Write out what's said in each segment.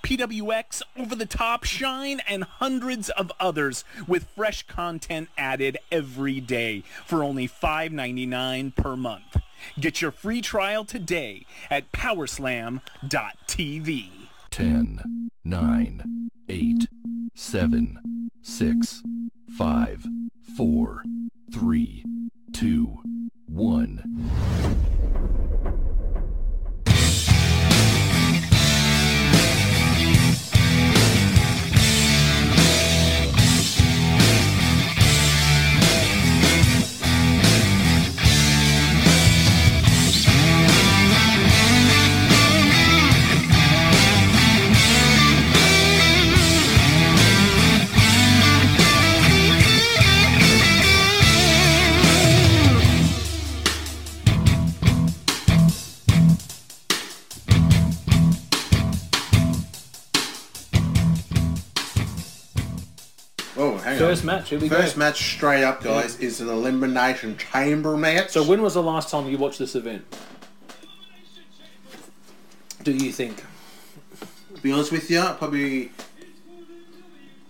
PWX, Over the Top, Shine, and hundreds of others with fresh content added every day for only $5.99 per month. Get your free trial today at powerslam.tv. 10, 9, 8, 7, 6, 5, 4, 3, 2, 1. Oh, hang First on. match, here we First go. match straight up, guys, is an elimination chamber match. So when was the last time you watched this event? Do you think? to be honest with you, probably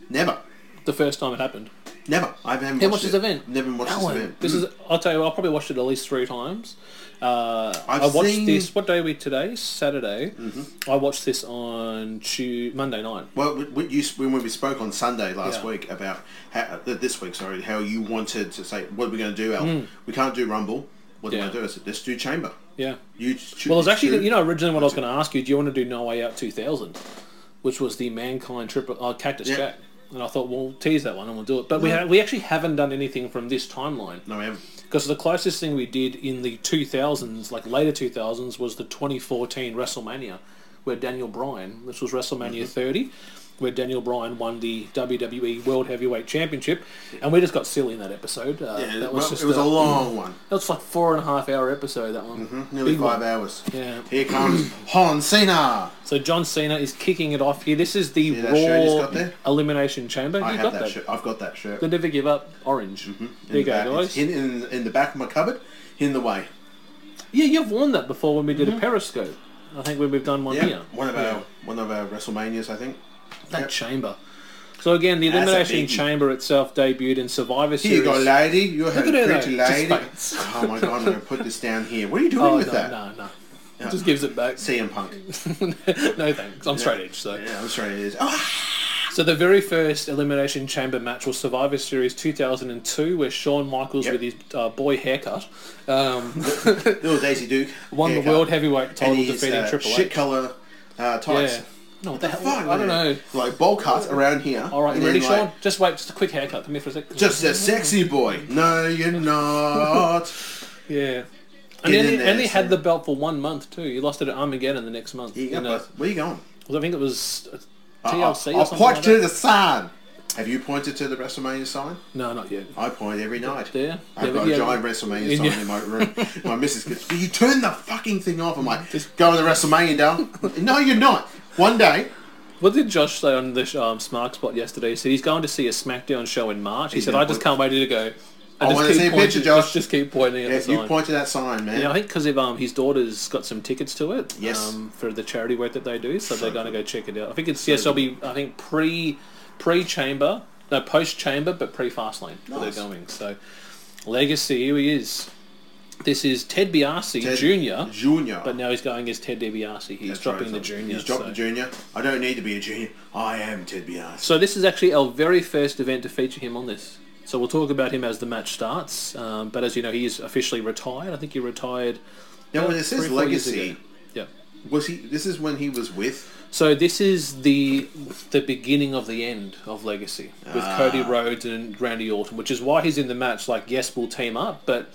never, The first time it happened. never. I haven't Hey, watched watch this it. event. Never watched Alan, this event. This Mm. is. I'll tell you. I probably watched it at least three times. Uh, I've I watched seen- Mm-hmm. this. What day are we today? Saturday. I watched this on Tuesday, Monday night. Well, we- we- you, when we spoke on Sunday last Yeah. week about how, uh, this week, sorry, how you wanted to say what are we going to do, Al? We can't do Rumble. What do we Mm. going Yeah. to do? I said, let's do Chamber. Yeah. You ch- Well, choose- it's actually you know originally what I was going to ask you. Do you want to do No Way Out 2000, which was the Mankind Triple uh, Cactus Yeah. Mm-hmm. Jack? And I thought we'll tease that one and we'll do it. But we ha- we actually haven't done anything from this timeline. No, we haven't. Because the closest thing we did in the 2000s, like later 2000s, was the 2014 WrestleMania, where Daniel Bryan, this was Mm-hmm. WrestleMania 30, where Daniel Bryan won the WWE World Heavyweight Championship, and we just got silly in that episode. Uh, Yeah, that well, was just it was a, a- long one, That was like four and a half hour episode. That one, Mm-hmm, nearly Big five one. hours. Yeah. Here comes Hon Cena. So John Cena is kicking it off here. This is the that shirt he's Raw got there? Elimination Chamber. I you have got that, that. shirt. I've got that shirt. They never give up. Orange. In There the you go, back. guys. It's in, in in the back of my cupboard, in the way. Yeah, you've worn that before when we did a Periscope. I think when we've done one Mm-hmm. Yeah, here. one of Yeah. our one of our WrestleManias, I think. that Yep. chamber. So again, the That's a Elimination biggie. Chamber itself debuted in Survivor Here Series. you go, lady. You have at a her pretty though. Just lady. faints. Oh my god, I'm gonna put this down here. What are you doing oh with no, that? no, no, Just gives it back. CM Punk. no thanks. I'm straight edge. So, Yeah, I'm sorry. It is. Ah! so the very first Elimination Chamber match was Survivor Series 2002, where Shawn Michaels Yep. with his uh, boy haircut um, Little Daisy Duke won the haircut. World Heavyweight title, And his, defeating uh, Triple Shit H. color uh, tights. Yeah. No, what the hell? Fuck, I don't know. man. Like bowl cuts around here. All right, and you ready, then, Shawn? like, Just wait, just a quick haircut. Come here for a second. Just a sexy boy. No, you're not. yeah. And Get then in he, there, and he son. had the belt for one month too. He lost it at Armageddon the next month. Here you go, in a- bud. Where you going? I think it was uh, I'll, TLC I'll or something. point Like to that. the sign. Have you pointed to the WrestleMania sign? No, not yet. I point every night. There? I've Yeah, got but a yeah. giant WrestleMania Yeah. sign in my room. My missus goes, Will you turn the fucking thing off? I'm like, go to the WrestleMania, darling. no, you're not. One day. What did Josh say on the sh- um, Smart Spot yesterday? He said he's going to see a SmackDown show in March. He said, gonna "I just point- can't wait to go." I wanna see a pointing, picture, Josh. Just, just keep pointing at Yeah, the you sign. point to that sign, man. yeah, I think because of um, his daughter's got some tickets to it. Yes. Um, for the charity work that they do, so, they're going to go check it out. I think it's yes. I'll be. I think pre pre chamber, no post chamber, but pre fast lane. where Nice. They're going so. Legacy, here he is. This is Ted Biasi Ted Jr. Junior. But now he's going as Ted DiBiase. He's That's right, dropping the son. junior. He's dropped so. the junior. I don't need to be a junior. I am Ted Bias. So this is actually our very first event to feature him on this. So we'll talk about him as the match starts. Um, but as you know, he is officially retired. I think he retired. now, when uh, it three says or four years Oh, legacy, ago. Yeah. was he? This is when he was with. So this is the the beginning of the end of Legacy with Ah. Cody Rhodes and Randy Orton, which is why he's in the match. Like, yes, we'll team up, but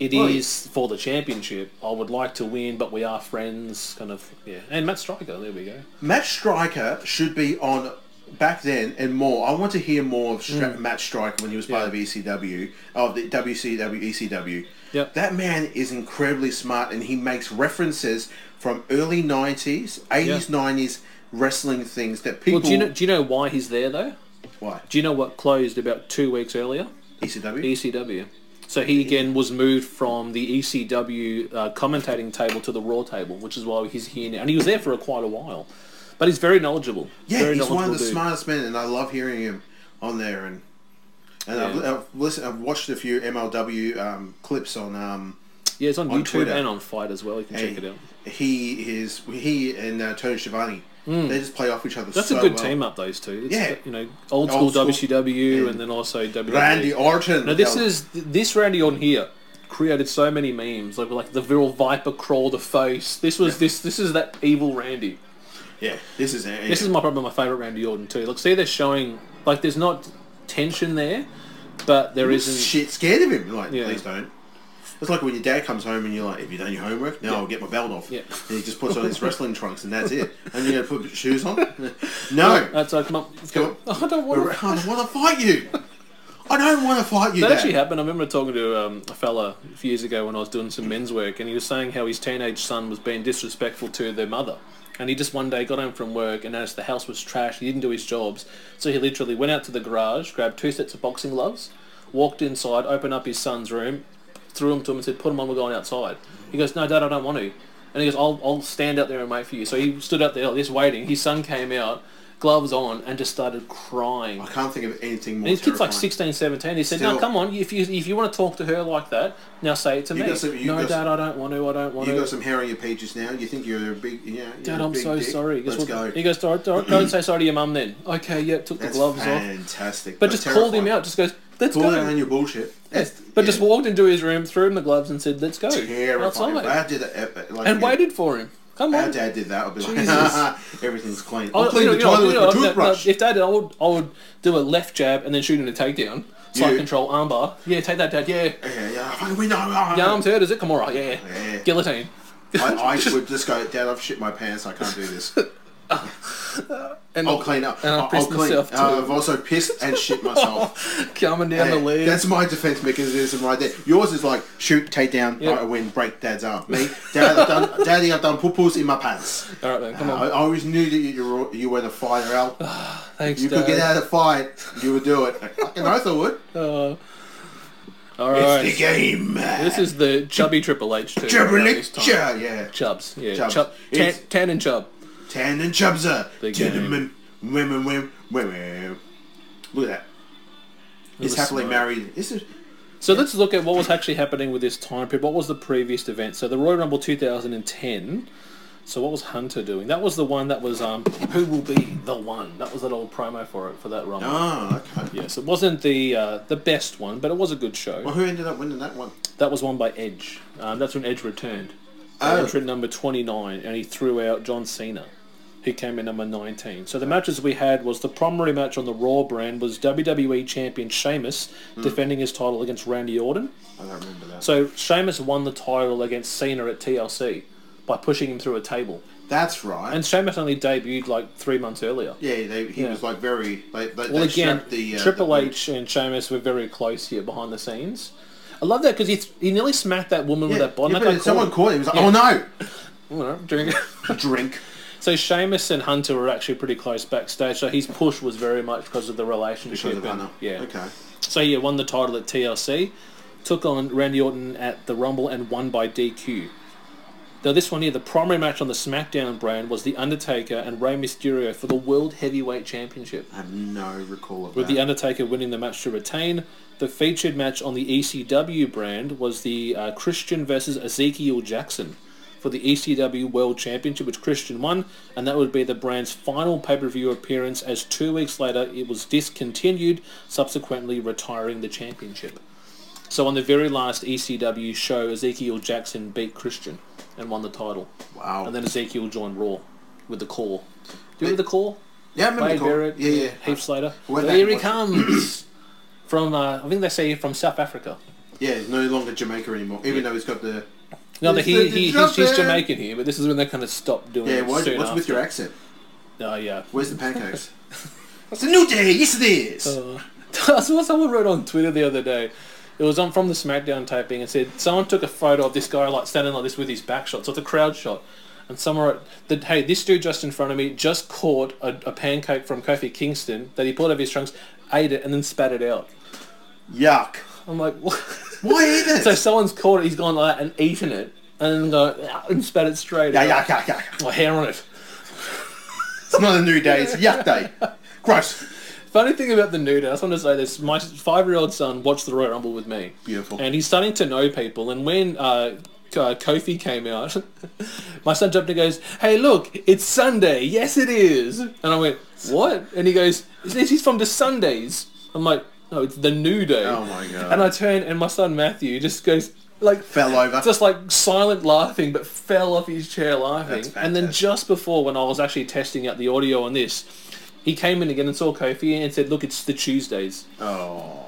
it is Well, for the championship. I would like to win, but we are friends, kind of. Yeah. And Matt Striker, there we go. Matt Striker should be on back then and more. I want to hear more of Stra- Mm. Matt Striker when he was part of ECW, of the WCW, ECW. Yep. E That man is incredibly smart, and he makes references from early '90s, '80s, Yeah. '90s wrestling things that people. Well, do you know? Do you know why he's there though? why E Do you know what closed about two weeks earlier? ECW? ECW. So he again was moved from the ECW uh, commentating table to the Raw table, which is why he's here now, and he was there for quite a while. But he's very knowledgeable. yeah, very he's one of the dude. smartest men, and I love hearing him on there. And and I've, Yeah. I've listened, I've watched a few MLW um, clips on. Um, Yeah, it's on, on YouTube Twitter. and on Fight as well. You can check and it out. He is he and uh, Tony Schiavone. They just play off each other. Hmm. That's so a good well. team up, those two. It's, Yeah. you know, old school, Old school. WCW Yeah. and then also E. WWE. Randy Orton. Now this is this Randy Orton here created so many memes, like like the viral viper crawl the face. This was this this is that evil Randy. yeah. This is it. This is my probably my favorite Randy Orton too. Look, see, they're showing like there's not tension there, but there I'm isn't. shit scared of him. Like, Yeah. please don't. It's like when your dad comes home and you're like, "Have you done your homework?" No, I'll get my belt off. Yeah. And he just puts on his wrestling trunks and that's it. And you're gonna put shoes on? No, That's like, come on, let's Come go. I don't want. I don't want to fight you. I don't want to fight you. That Dad. actually happened. I remember talking to um, a fella a few years ago when I was doing some men's work, and he was saying how his teenage son was being disrespectful to their mother. And he just one day got home from work and noticed the house was trash. He didn't do his jobs, so he literally went out to the garage, grabbed two sets of boxing gloves, walked inside, opened up his son's room, threw them to him, and said, "Put them on. We're going outside." He goes, "No, Dad, I don't want to." And he goes, "I'll, I'll stand out there and wait for you." So he stood out there, just waiting. His son came out, gloves on, and just started crying. I can't think of anything more. And his kid's like terrifying. 16, 17. He said, "No, Still- come on. If you if you want to talk to her like that, now say it to me. got some- you no, got Dad, some- I don't want to. I don't want You to. got some hair on your pages now. You think you're a big, yeah? you're Dad, a I'm big so dick. sorry. Guess Let's what? go. He goes, "All right, all right, go and say sorry to your mum then. Okay, yeah, took That's the gloves off, fantastic. but That's just called him terrifying. out. Just goes, let's Call go. him on your bullshit. That's- but yeah. just walked into his room, threw him the gloves, and said, "Let's go terrifying. If outside," I did that, eh, like, and if waited for him. Come Our on. dad did that. I'd be like, Jesus. everything's clean. I'll- I'll clean you the know, you toilet with know, my no, no, toothbrush. If Dad, did, I would, I would do a left jab and then shoot him a takedown, slide You- control, armbar. Yeah, take that, Dad. Yeah, Yeah, yeah, fucking we know. ah. your arm's hurt, is it? Come on, right, yeah. Yeah. Guillotine. I, I would just go, Dad, I've shit my pants. I can't do this. Uh, And I'll clean up. And I've I'll, pissed clean. myself Uh, too. I've also pissed and shit myself. coming down the Hey, lead. that's my defense mechanism right there. Yours is like shoot, take down, Yeah. right, I win, break dad's arm. Me, dad, I've done, daddy, I've done poo-poos in my pants. All right, then, come I, on. Ah, I always knew that you were, you were the fighter, Al. Thanks, you Dad. could get out of the fight, you would do it. I fucking oath I would. Uh, all It's the right. game. This is the chubby Triple H too. Triple This H, time. yeah. Chubs. Yeah. Chubbs. Chub. Tan, It's- tan and Chub. Tan and Chubza. The game. Gentlemen, women, women, women. Look at that. He's was happily smart. married. This is So let's look at what was actually happening with this time period. What was the previous event? So the Royal Rumble 2010. So what was Hunter doing? That was the one that was um, who will be the one? That was that old promo for it for that Rumble. oh okay. Yes, it wasn't the uh, the best one, but it was a good show. Well, who ended up winning that one? That was won by Edge. Um, that's when Edge returned. Oh. Edge at number 29, and he threw out John Cena, who came in number 19. So the matches we had was the primary match on the Raw brand was WWE Champion Sheamus Hmm. defending his title against Randy Orton. I don't remember that. So Sheamus won the title against Cena at TLC by pushing him through a table. That's right. And Sheamus only debuted like three months earlier. yeah, they, he Yeah. was like very. They, they, Well, they again, strapped the, uh, Triple the- H and Sheamus were very close here behind the scenes. I love that because he, he nearly smacked that woman Yeah, with that bottom. yeah, That but guy someone caught caught him. He was like, Yeah. "Oh no, him. All right, drink. drink." So Sheamus and Hunter were actually pretty close backstage. So his push was very much because of the relationship. Because of and- Anna. Yeah. Okay. So yeah, won the title at TLC, took on Randy Orton at the Rumble, and won by DQ. Now this one here, the primary match on the SmackDown brand was The Undertaker and Rey Mysterio for the World Heavyweight Championship. I have no recall of With that. The Undertaker winning the match to retain. The featured match on the ECW brand was the uh, Christian versus Ezekiel Jackson for the ECW World Championship, which Christian won, and that would be the brand's final pay-per-view appearance. As two weeks later, it was discontinued, subsequently retiring the championship. So on the very last ECW show, Ezekiel Jackson beat Christian and won the title, wow. and then Ezekiel joined Raw with the Core. Do you remember the Core? yeah, I remember Wade the call. Barrett, Yeah, yeah, Heaps later. Went back and Here he watched it. comes from. Uh, I think they say from South Africa. yeah. he's No longer Jamaica anymore, even though he's got the. No, the, It's he, the- the he, he's, he's drop-in. Jamaican here, but this is when they kind of stopped doing. Yeah, it why, soon what's with your after. accent? Oh yeah, Where's the pancakes? It's a new day. Yes, it is. Uh. That's what someone wrote on Twitter the other day. It was on from the SmackDown taping and said someone took a photo of this guy like standing like this with his back shot, so it's a crowd shot. And someone wrote that hey, this dude just in front of me just caught a, a pancake from Kofi Kingston that he pulled out of his trunks, ate it, and then spat it out. Yuck. I'm like, what? Why eat it? so someone's caught it, he's gone like that and eaten it, and then go "Ah," and spat it straight yeah, out. yuck, yuck, yuck. My hair on it. It's not a new day. It's a yuck day. Gross. Funny thing about the nude, I just want to say this. My five-year-old son watched the Royal Rumble with me. Beautiful. And he's starting to know people. And when uh, K- uh, Kofi came out, my son jumped and goes, hey, look, it's Sunday. Yes, it is. And I went, what? And he goes, "He's- he's from the Sundays. I'm like, no, it's the new day. Oh, my God. And I turn, and my son Matthew just goes, like, Fell over. just like silent laughing, but fell off his chair laughing. That's And then fantastic. just before, when I was actually testing out the audio on this, he came in again and saw Kofi and said, "Look, it's the Tuesdays." Oh.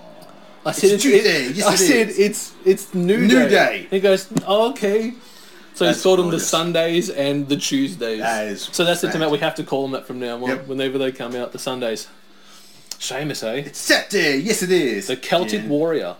I said, It's Tuesday. Yes, I it said, is." "It's it's New New Day." Day. He goes, oh, "Okay." So That's he called them the gorgeous. Sundays and the Tuesdays. That is so that's the fantastic. time we have to call them that from now on. Yep. Whenever they come out, the Sundays. Seamus, eh? It's set day. Yes, it is. The Celtic Yeah. Warrior.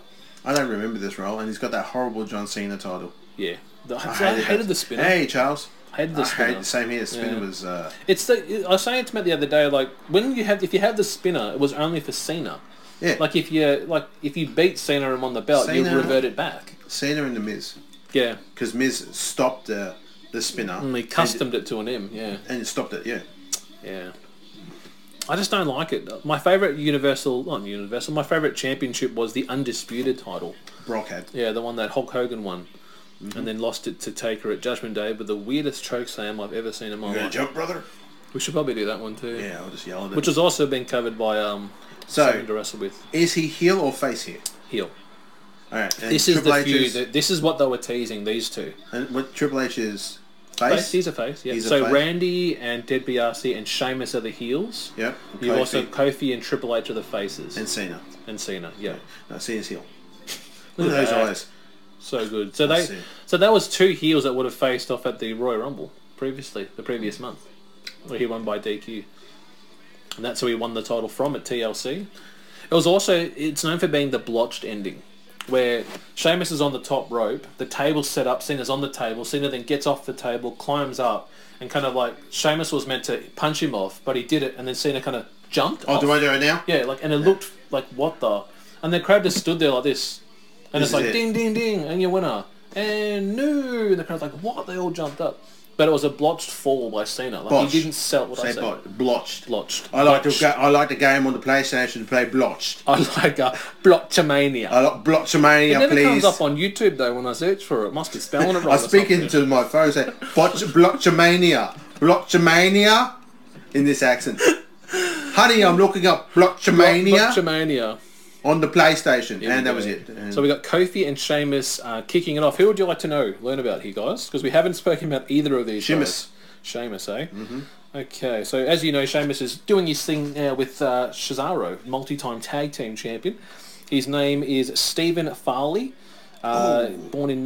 I don't remember this role, and he's got that horrible John Cena title. Yeah. The, I, it. hated the spinner. Hey, Charles. Hated the I spinner. hate the same here. The spinner Yeah. was. Uh, It's the I was saying to Matt the other day, like when you have if you have the spinner, it was only for Cena. yeah. Like if you like if you beat Cena and won the belt, you Cena- revert it back. Cena and the Miz, Yeah, because Miz stopped the the spinner. and they customed it to an M. Yeah, And, and stopped it. Yeah. yeah. I just don't like it. My favorite Universal, not Universal, my favorite championship was the undisputed title. Brock had. Yeah, the one that Hulk Hogan won, and then lost it to Taker at Judgment Day. But the weirdest choke slam I've ever seen in my You gonna life. jump, brother? We should probably do that one too. Yeah, I'll just yell at it. Which has also been covered by um, So- something to wrestle with is he heel or face here? heel. All right. And This is Triple the H feud. Is, that- This is what they were teasing. These two. and what Triple H is Face. face. He's a face. Yeah. He's a so face. Randy and Dead BRC and Sheamus are the heels. Yep. You Kofi have also Kofi and Triple H are the faces. and Cena. And Cena. Yeah. No, Cena's heel. Look at at those that. eyes. So good. So they. see. So that was two heels that would have faced off at the Royal Rumble previously, the previous month, where he won by DQ, and that's who he won the title from at TLC. It was also it's known for being the blotched ending, where Sheamus is on the top rope, the table's set up, Cena's on the table, Cena then gets off the table, climbs up, and kind of like Sheamus was meant to punch him off, but he did it, and then Cena kind of jumped. Oh, off. do I do it now? Yeah, like, and it looked like what the, and the crowd just stood there like this, and This it's like is it. ding ding ding, and your winner, and no, and the crowd's like what? They all jumped up, but it was a blotched fall by Cena. Like Botched. he didn't sell what I Say said. bot- blotched. Blotched. I like Blotched. to go, I like the game on the PlayStation to play blotched. I like a blotchamania. I like blotchamania, it never Uh, please. comes up on YouTube though when I search for it. Must be spelling it wrong. I or speak something. into my phone. Say botch, blotchamania, blotchamania, in this accent. Honey, I'm looking up blotchamania Blotchamania. on the PlayStation, Here we and that go. was it. And So we got Kofi and Sheamus uh, kicking it off. Who would you like to know, learn about here, guys? Because we haven't spoken about either of these. Sheamus. guys. Sheamus, eh? Mm-hmm. Okay, so as you know, Sheamus is doing his thing now with uh, Cesaro, multi-time tag team champion. His name is Stephen Farley, uh, born in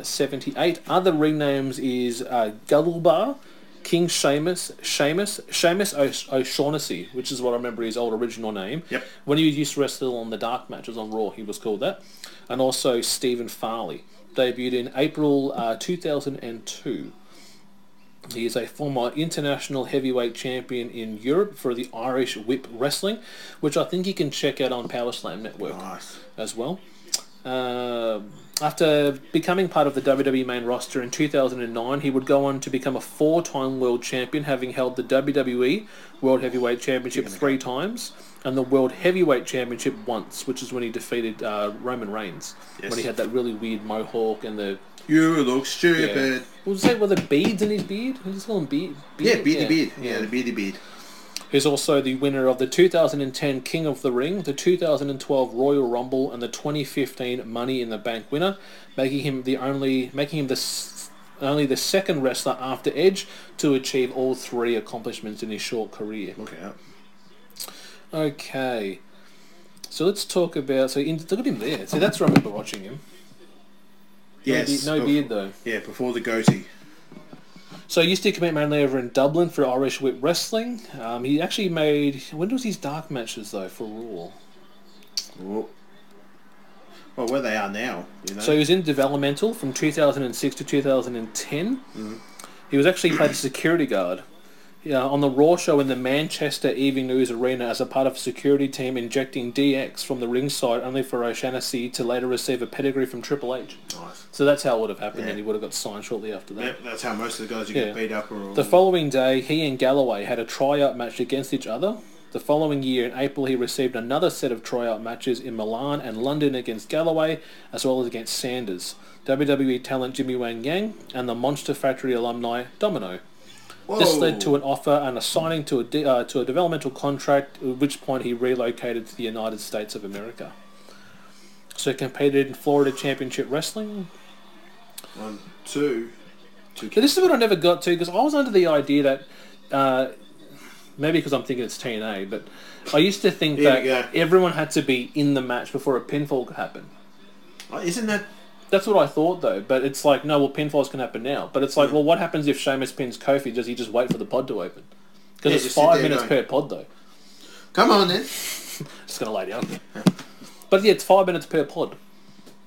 1978. Other ring names is uh, Gullibar, King Sheamus, Sheamus, Sheamus O'Sh- O'Shaughnessy, which is what I remember his old original name. Yep. When he used to wrestle on the dark matches on Raw, he was called that. And also Stephen Farley, debuted in April uh, 2002. He is a former international heavyweight champion in Europe for the Irish Whip Wrestling, which I think you can check out on Power Slam Network nice. as well. Um after becoming part of the WWE main roster in 2009, he would go on to become a four-time world champion, having held the WWE World Heavyweight Championship three times and the World Heavyweight Championship once, which is when he defeated uh, Roman Reigns Yes. when he had that really weird mohawk and the You look yeah. stupid. What was that? Were the beads in his beard? What is it called? Bead? Yeah, beady beard. Yeah, the beady beard. Who's also the winner of the 2010 King of the Ring, the 2012 Royal Rumble, and the 2015 Money in the Bank winner, making him the only making him the s- only the second wrestler after Edge to achieve all three accomplishments in his short career. Look it up. Okay, so let's talk about so in, look at him there. See, that's where I remember watching him. No Yes. be- no bef- beard though. Yeah, before the goatee. So he used to compete mainly over in Dublin for Irish Whip Wrestling. Um, he actually made when was his dark matches though for Raw. Well, Oh. well, where they are now, you know. So he was in developmental from 2006 to 2010. He was actually played a security guard yeah, on the Raw show in the Manchester Evening News Arena as a part of a security team injecting DX from the ringside, only for O'Shaughnessy to later receive a pedigree from Triple H. Nice. So that's how it would have happened, Yeah. and he would have got signed shortly after that. That- that's how most of the guys who Yeah. get beat up are. The following day, he and Galloway had a tryout match against each other. The following year, in April, he received another set of tryout matches in Milan and London against Galloway, as well as against Sanders, WWE talent Jimmy Wang Yang, and the Monster Factory alumni Domino. This led to an offer and a signing to a, de- uh, to a developmental contract, at which point he relocated to the United States of America. So he competed in Florida Championship Wrestling, one, two, two. But this is what I never got to because I was under the idea that uh, maybe because I'm thinking it's TNA, but I used to think Here that we go. everyone had to be in the match before a pinfall could happen. Oh, Isn't that That's what I thought though, but it's like no, well, pinfalls can happen now. But it's like, well, what happens if Sheamus pins Kofi? Does he just wait for the pod to open? Because Yeah, it's just sit five there minutes going- per pod though. Come on then. Just gonna lay down. but yeah, it's five minutes per pod.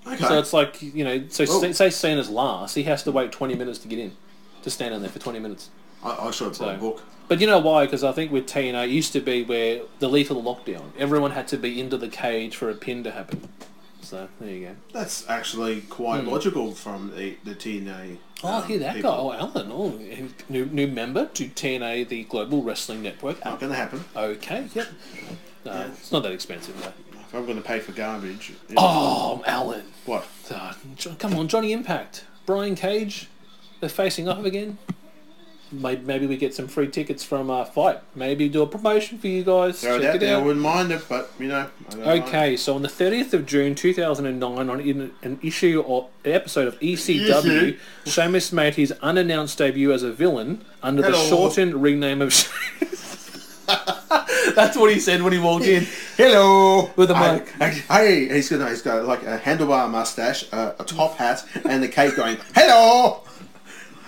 Okay. So it's like you know, so Whoa. say say Cena's last, he has to wait twenty minutes to get in, to stand in there for twenty minutes. I, I should have brought a book. But you know why? Because I think with TNA it used to be where the lethal lockdown, everyone had to be into the cage for a pin to happen. So there you go. That's actually quite logical from the, the TNA. Hmm. Oh, um, I hear that people. guy. Oh, Alan. Oh, new, new member to TNA, the Global Wrestling Network. Not going to happen. Okay, yep. No, it's not that expensive though. If I'm going to pay for garbage. it- Oh, Alan. What? Ah, Jo- come on, Johnny Impact, Brian Cage, they're facing off again. May- Maybe we get some free tickets from uh, Fight. Maybe do a promotion for you guys. Throw it Check out there. I wouldn't mind it, but you know. I don't mind. Okay, so on the 30th of June 2009, on in an issue or an episode of E ECW, Sheamus made his unannounced debut as a villain under the Hello. shortened ring name of Sheamus. That's what he said when he walked in. Hello. With a I- mic. I- Hey, he's got he's got like a handlebar mustache, a, a top hat, and the cape going. Hello.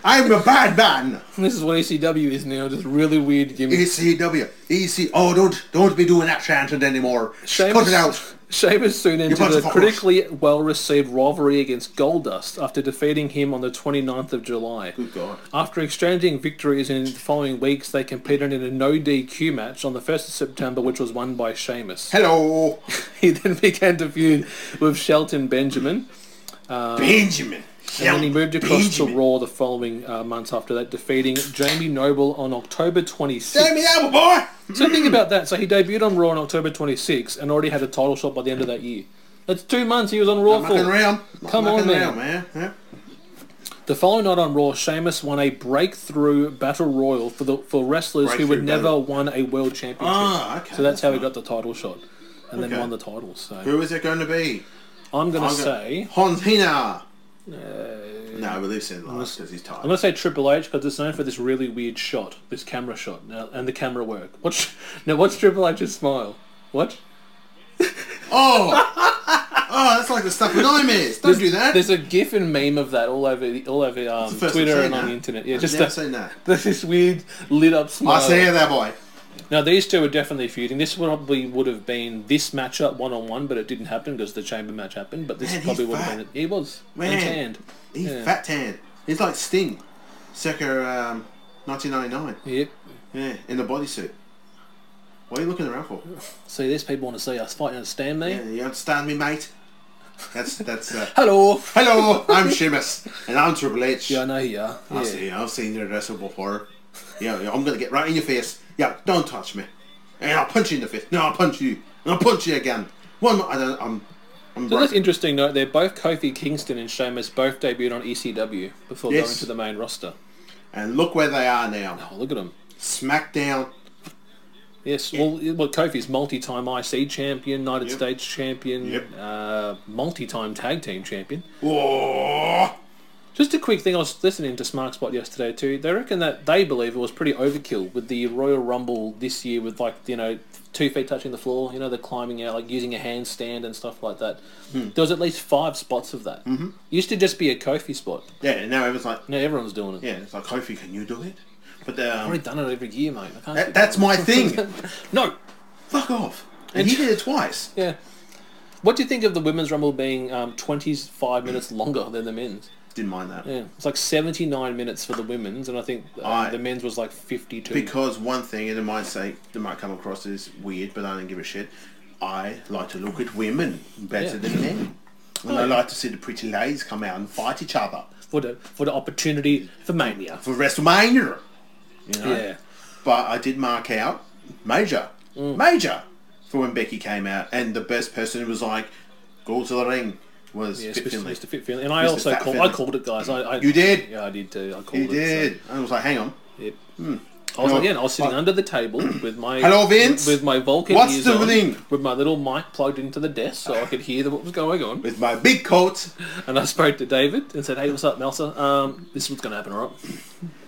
I'm a bad man. E This is what ECW is now, just really weird gimmicks. ECW. EC. Oh, don't don't be doing that chanting anymore. Cut it out. Sheamus soon entered bunch a of fuckers. critically well-received rivalry against Goldust after defeating him on the 29th of July. Good God. After exchanging victories in the following weeks, they competed in a no DQ match on the 1st of September, which was won by Sheamus. Hello, He then began to feud with Shelton Benjamin, Benjamin. and then he moved across to Benjamin. Raw the following uh, months after that, defeating Jamie Noble on October 26th. Damn it, Apple boy. So think about that. So he debuted on Raw on October 26th and already had a title shot by the end of that year. That's two months he was on Raw I'm for. mucking around. I'm Come on, mucking man. around, man. Yeah. The following night on Raw, Sheamus won a breakthrough battle royal for the for wrestlers who Breakthrough had never battle. won a world championship. Ah, okay, So that's that's, how he got the title shot, and then Okay. won the title. So Who is it going to be? I'm gonna I'm go- say Uh, Hans Hina. no, we leave Sin last because he's I'm tired. gonna say Triple H because it's known for this really weird shot, this camera shot, now, and the camera work. Watch now. What's Triple H's smile? What? Oh, oh, that's like the stuff with nightmares. Don't do that. There's a GIF and meme of that all over the- all over um, First I've Twitter seen and on that. the internet. Yeah, I've just never that- seen that. there's this weird lit up smile. I see that boy. Now these two are definitely feuding. This probably would have been this matchup one on one, but it didn't happen because the chamber match happened. But this Man, he's probably would have fat. been. He was Man. And tanned. He's Yeah. fat tan. He's like Sting, circa um, 1999. Yep. Yeah, in the bodysuit. What are you looking around for? See, these people want to see us fight. You understand me? Yeah, you understand me, mate? That's that's. Uh, Hello. Hello, I'm Seamus, and I'm Triple H. Yeah, I know you are. I Yeah. see, I've seen you wrestle before. Yeah, yeah, I'm gonna get right in your face. Yeah, don't touch me. And I'll punch you in the face. No, I'll punch you. And I'll punch you again. One more. I don't, I'm. I'm So that's broken. interesting note there. Both Kofi Kingston and Sheamus both debuted on ECW before Yes. going to the main roster. And look where they are now. Oh, look at them. SmackDown. Yes, well, well, Kofi's multi-time IC champion, United Yep. States champion, Yep. uh, multi-time tag team champion. Whoa. Just a quick thing, I was listening to Smart Spot yesterday too. They reckon that they believe it was pretty overkill with the Royal Rumble this year with like, you know, two feet touching the floor. You know, they're climbing out, like using a handstand and stuff like that. Hmm. There was at least five spots of that. Mm-hmm. Used to just be a Kofi spot. Yeah, and now everyone's like, Now everyone's doing it. yeah, it's like, Kofi, can you do it? But um, I've already done it every year, mate. I can't that, keep that's my thing. no. Fuck off. And he did it twice. Yeah. What do you think of the women's rumble being um, 25 minutes longer than the men's? Didn't mind that. Yeah, it's like 79 minutes for the women's, and I think uh, I- the men's was like 52. Because one thing, and it might say, it might come across as weird, but I don't give a shit. I like to look at women better Yeah. than men. And I like to see the pretty ladies come out and fight each other for the for the opportunity for mania. for WrestleMania. You know? Yeah. But I did mark out Major. Major! For when Becky came out, and the best person who was like, go to the ring was Yes, Fit Mr. Finlay. Mr. Fit Finlay. And I Mr. also Fat called. I Finlay. called it, guys. I, I You did? Yeah, I did too. I called He it. did. And I was like, hang on. So, yep. I was No, again. I was sitting but- under the table with my Hello, Vince? with my Vulcan What's ears the on, thing? with my little mic plugged into the desk so I could hear the, what was going on. With my big coat. And I spoke to David and said, "Hey, what's up, Melsa? Um, this is what's going to happen, all right?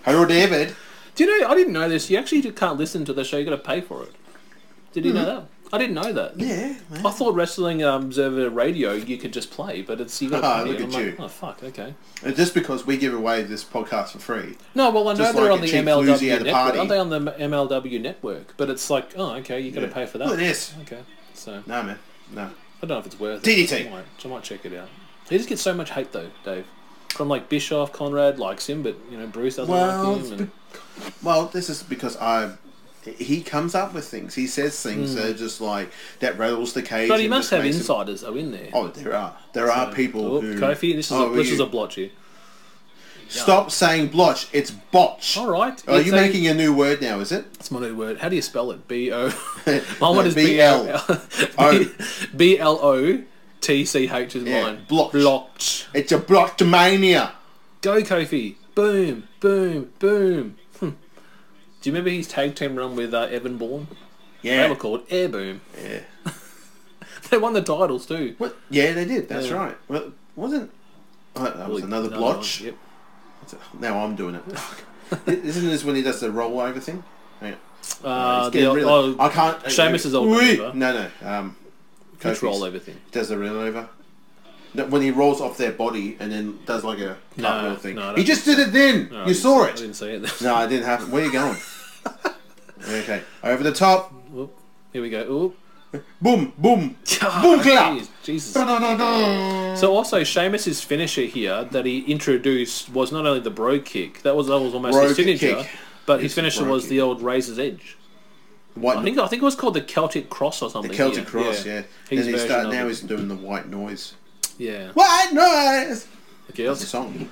Hello, David. Do you know? I didn't know this. You actually can't listen to the show. You got to pay for it. Did you know that? I didn't know that. Mm-hmm. Yeah. I thought Wrestling um, Observer Radio you could just play, but it's you got to Ah, pay. look I'm at like, you. oh fuck, okay. Just because we give away this podcast for free. No, well I know Just they're like on a the cheap MLW floozy at a network. party. Aren't they on the M- MLW network? But it's like, oh, okay, you got to pay for that. Look at this. Okay, so I No, man. No. don't know if it's worth DDT. it. I might, I might check it out. He just gets so much hate though, Dave, from like Bischoff, Conrad likes him, but you know Bruce doesn't Well, like him. And, Well, this is because I. He comes up with things. He says things that are just like that rattles the cage. but he and Hmm. must just have makes him- insiders though in there. Oh, there are there are people Oh, who. Kofi, this is Oh, a, this you- is a blotch here. Stop saying blotch. It's botch. All right. Are It's you a- making a new word now? Is it? That's my new word. How do you spell it? B O. My one No, is B BL. L O. B L O T C H is Yeah, mine. blotch. Blotch. It's a blotch mania. Go Kofi. Boom. Boom. Boom. Hmm. Do you remember his tag team run with uh, Evan Bourne? They Yeah. were called Air Boom. Yeah. They won the titles too. What? Yeah, they did. That's Yeah. right. Well, wasn't oh, that was another one. blotch? Yep. Now I'm doing it. Fuck. Isn't this when he does the rollover thing? Hang on. Uh, It's getting the- really- oh, I can't. Seamus is old Wee! rollover. No, no. Um, which Kofi's- rollover thing. Does the rollover. No, When he rolls off their body and then does like a No, cartwheel thing. no, I don't he just did it then. No, I you didn't saw see- I it. didn't see it. No, I didn't have. Where you going? okay, over the top. Oop. Here we go. Oop. Boom, boom, boom, Ah, clap. jeez, Jesus. Da-da-da-da. So also Seamus's finisher here that he introduced was not only the bro kick, that was that was almost Bro his signature, kick. but his Yes, finisher bro was kick. the old razor's edge. What? I think I think it was called the Celtic cross or something. the Celtic here. Cross, yeah. Then His he version start, of now it. he's doing the white noise. yeah. White noise. Okay, It's a that's- song.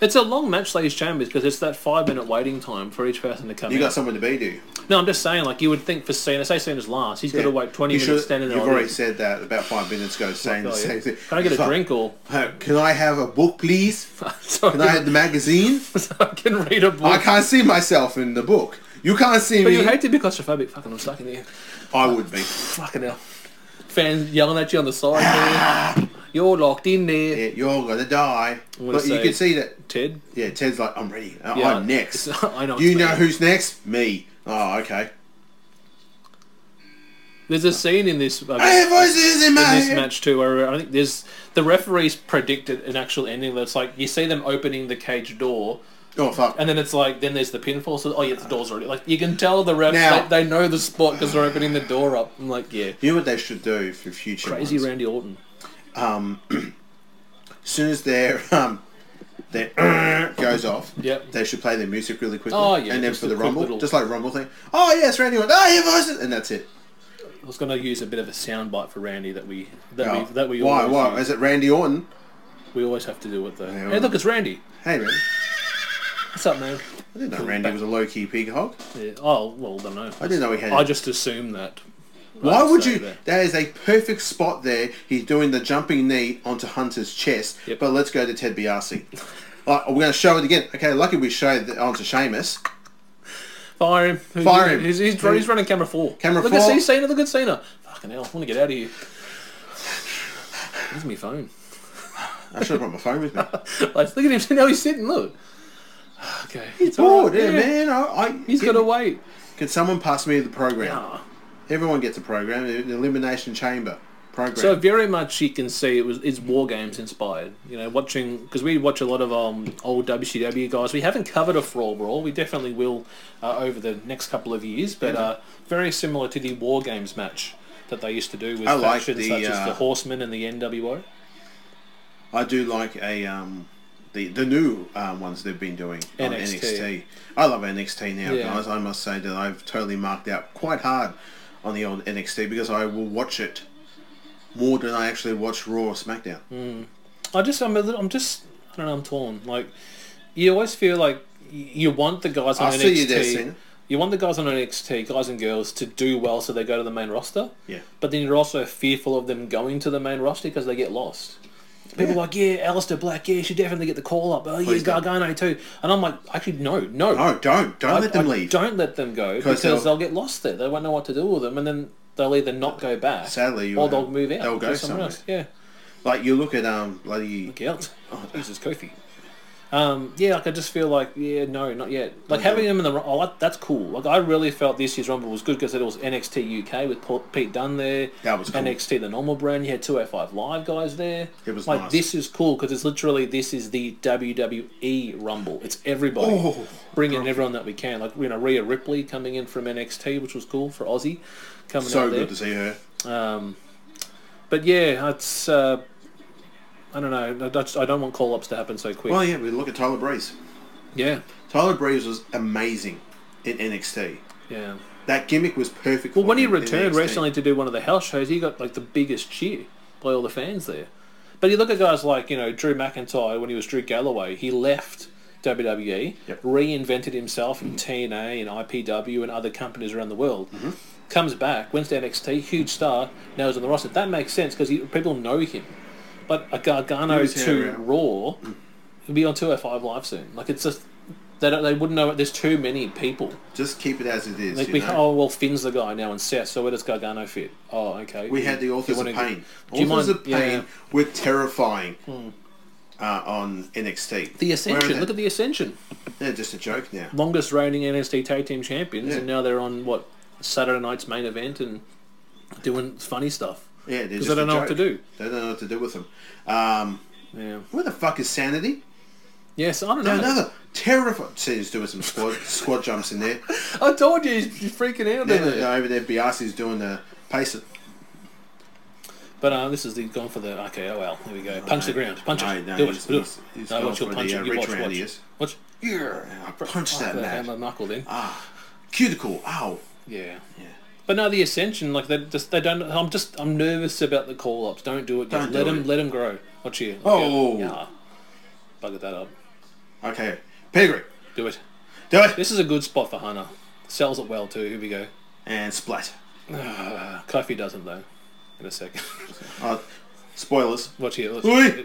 It's a long match, ladies' chambers, because it's that five minute waiting time for each person to come You in. got somewhere to be, do you? no, I'm just saying, like you would think for Cena, say Cena's last, he's got to wait twenty You minutes should- standing there. You've on already his- said that about five minutes ago, saying Oh, the yeah. same thing. Can I get It's a like, drink or "Uh, Can I have a book, please? so I Can I have the magazine? so I can read a book? I can't see myself in the book. You can't see But me. you hate to be claustrophobic. Fucking, I'm stuck in here. I would be. Fucking hell. Fans yelling at you on the side Ah. there. You're locked in there. Yeah, You're gonna die. gonna But you say- can see that. Ted? Yeah, Ted's like, I'm ready. I- Yeah, I'm next. it's- I know You it's know me. who's next? Me. Oh, okay. There's a scene in this uh, I hear voices in my in this head. match too where I think there's the referees predicted an actual ending that's like you see them opening the cage door Oh fuck. and then it's like then there's the pinfall so oh yeah the door's already like you can tell the refs Now- they, they know the spot because they're opening the door up. I'm like yeah. You know what they should do for future Crazy ones? Randy Orton. As soon as their um, their goes off, Yep. they should play their music really quickly. Oh, yeah, and then just for a the quick rumble, little- just like rumble thing. Oh yes, Randy went. Oh, your voices, and that's it. I was gonna use a bit of a soundbite for Randy that we that Oh, we that we why? always Why use. is it Randy Orton? we always have to do it though. Yeah, hey look it's Randy. Hey, Randy. What's up man? I didn't know Randy was a low key pig hog. Yeah. Oh well, I don't know. I didn't know he had. I just assumed that. Why I'd would say you? that. That is a perfect spot there. He's doing the jumping knee onto Hunter's chest. Yep. But let's go to Ted DiBiase. Like, we're going to show it again. Okay, lucky we showed it onto Sheamus. Fire him! Who's- Fire him. He's, he's, he's running camera four. Camera look four. Look at Cena. Look at Cena. Fucking hell! I want to get out of here. Where's my phone? I should have brought my phone with me. Like, look at him. Now he's sitting. Look. Okay. He's Bored, yeah, Oh, man. I, I He's get- got to wait. Could someone pass me the program? Ah. Everyone gets a program. The Elimination Chamber program. So very much you can see it was it's war games inspired. You know, watching because we watch a lot of um, old WCW guys. We haven't covered a Frawl Brawl. We definitely will uh, over the next couple of years. But uh, very similar to the war games match that they used to do with I like factions the, such as uh, the Horsemen and the NWO. I do like a um, the the new um, ones they've been doing on NXT. NXT. I love NXT now, Yeah. guys. I must say that I've totally marked out quite hard on the old NXT because I will watch it more than I actually watch Raw or SmackDown. Mm. I just I'm a little I'm just I don't know I'm torn. Like you always feel like y- you want the guys on I NXT. see you there, Cena. you want the guys on NXT, guys and girls, to do well so they go to the main roster. Yeah. But then you're also fearful of them going to the main roster because they get lost. People are like, yeah, Alistair Black, yeah, you should definitely get the call up. Oh, yeah, Please don't. Gargano too. And I'm like, actually, no, no. No, don't don't I- let them I leave. Don't let them go because they'll, they'll- get lost there. They won't know what to do with them. And then they'll either not go back. Sadly, you- or they'll move out. they'll to go somewhere else. Yeah. Like you look at um bloody Look out. Oh, Jesus, Kofi. Um, yeah, like I just feel like yeah, no, not yet. Like Mm-hmm. having them in the Ru- oh, that- that's cool. Like I really felt this year's Rumble was good because it was NXT UK with Paul, Pete Dunne there. That was cool. NXT the normal brand. You had two hundred five live guys there. It was like nice. this is cool because it's literally this is the WWE Rumble. It's everybody Oh, bringing everyone that we can. Like you know Rhea Ripley coming in from NXT, which was cool for Aussie coming so out there. good to see her. Um, but yeah, it's. Uh, I don't know. I just- I don't want call ups to happen so quick. Well, yeah, we look at Tyler Breeze. yeah, Tyler Breeze was amazing in NXT. yeah. That gimmick was perfect. Well, for when he him in returned NXT. recently to do one of the house shows, he got like the biggest cheer by all the fans there. But you look at guys like you know Drew McIntyre when he was Drew Galloway, he left WWE, Yep. reinvented himself in TNA and IPW and other companies around the world. Mm-hmm. Comes back, wins the NXT, huge star. Now he's on the roster. That makes sense because people know him. But a Gargano Who's to here? Raw, he'll be on 205 Live soon. Like it's just they, don't, they wouldn't know. it. There's too many people. just keep it as it is. Like you we, know? oh well, Finn's the guy now, and Seth. So where does Gargano fit? Oh, okay. We had the You Authors of wanna Pain. get- Do you Authors mind? of Pain yeah. were terrifying uh, on NXT. The Where Ascension. are Look they? at the Ascension. They're just a joke now. Longest reigning NXT Tag Team Champions, Yeah. and now they're on what Saturday night's main event and doing funny stuff. Yeah, they're 'Cause just they don't a know what to joke. do. They don't know what to do with them. Um, Yeah. where the fuck is Sanity? Yes, I don't No, know. another terrifying. See, he's doing some squad squad jumps in there. I told you, you're freaking out. Then isn't it? over there, Biasi's doing the pace. But uh, this is the gone for the okay. Oh well, here we go. Punch the ground. Punch No, it. no, do it. he's- Do it. he's- he's No, gone watch your for punch. the, uh, it. You Rich watch. Watch. Randy is. Uh, Watch. Yeah, I punched that oh, Fuck, I had man. my knuckle then. Cuticle. Ow. Yeah. But no, the ascension, like they just they don't. I'm just I'm nervous about the call ups. Don't do it. Yet. Don't do let them it. let them grow. Watch here. Oh. yeah. Bugger that up. Okay, Pedigree. Do it. Do it. This is a good spot for Hannah. Sells it well too. Here we go. And splat. Uh, Kofi doesn't though. In a second. Uh, spoilers. Watch here. Let's, Oi.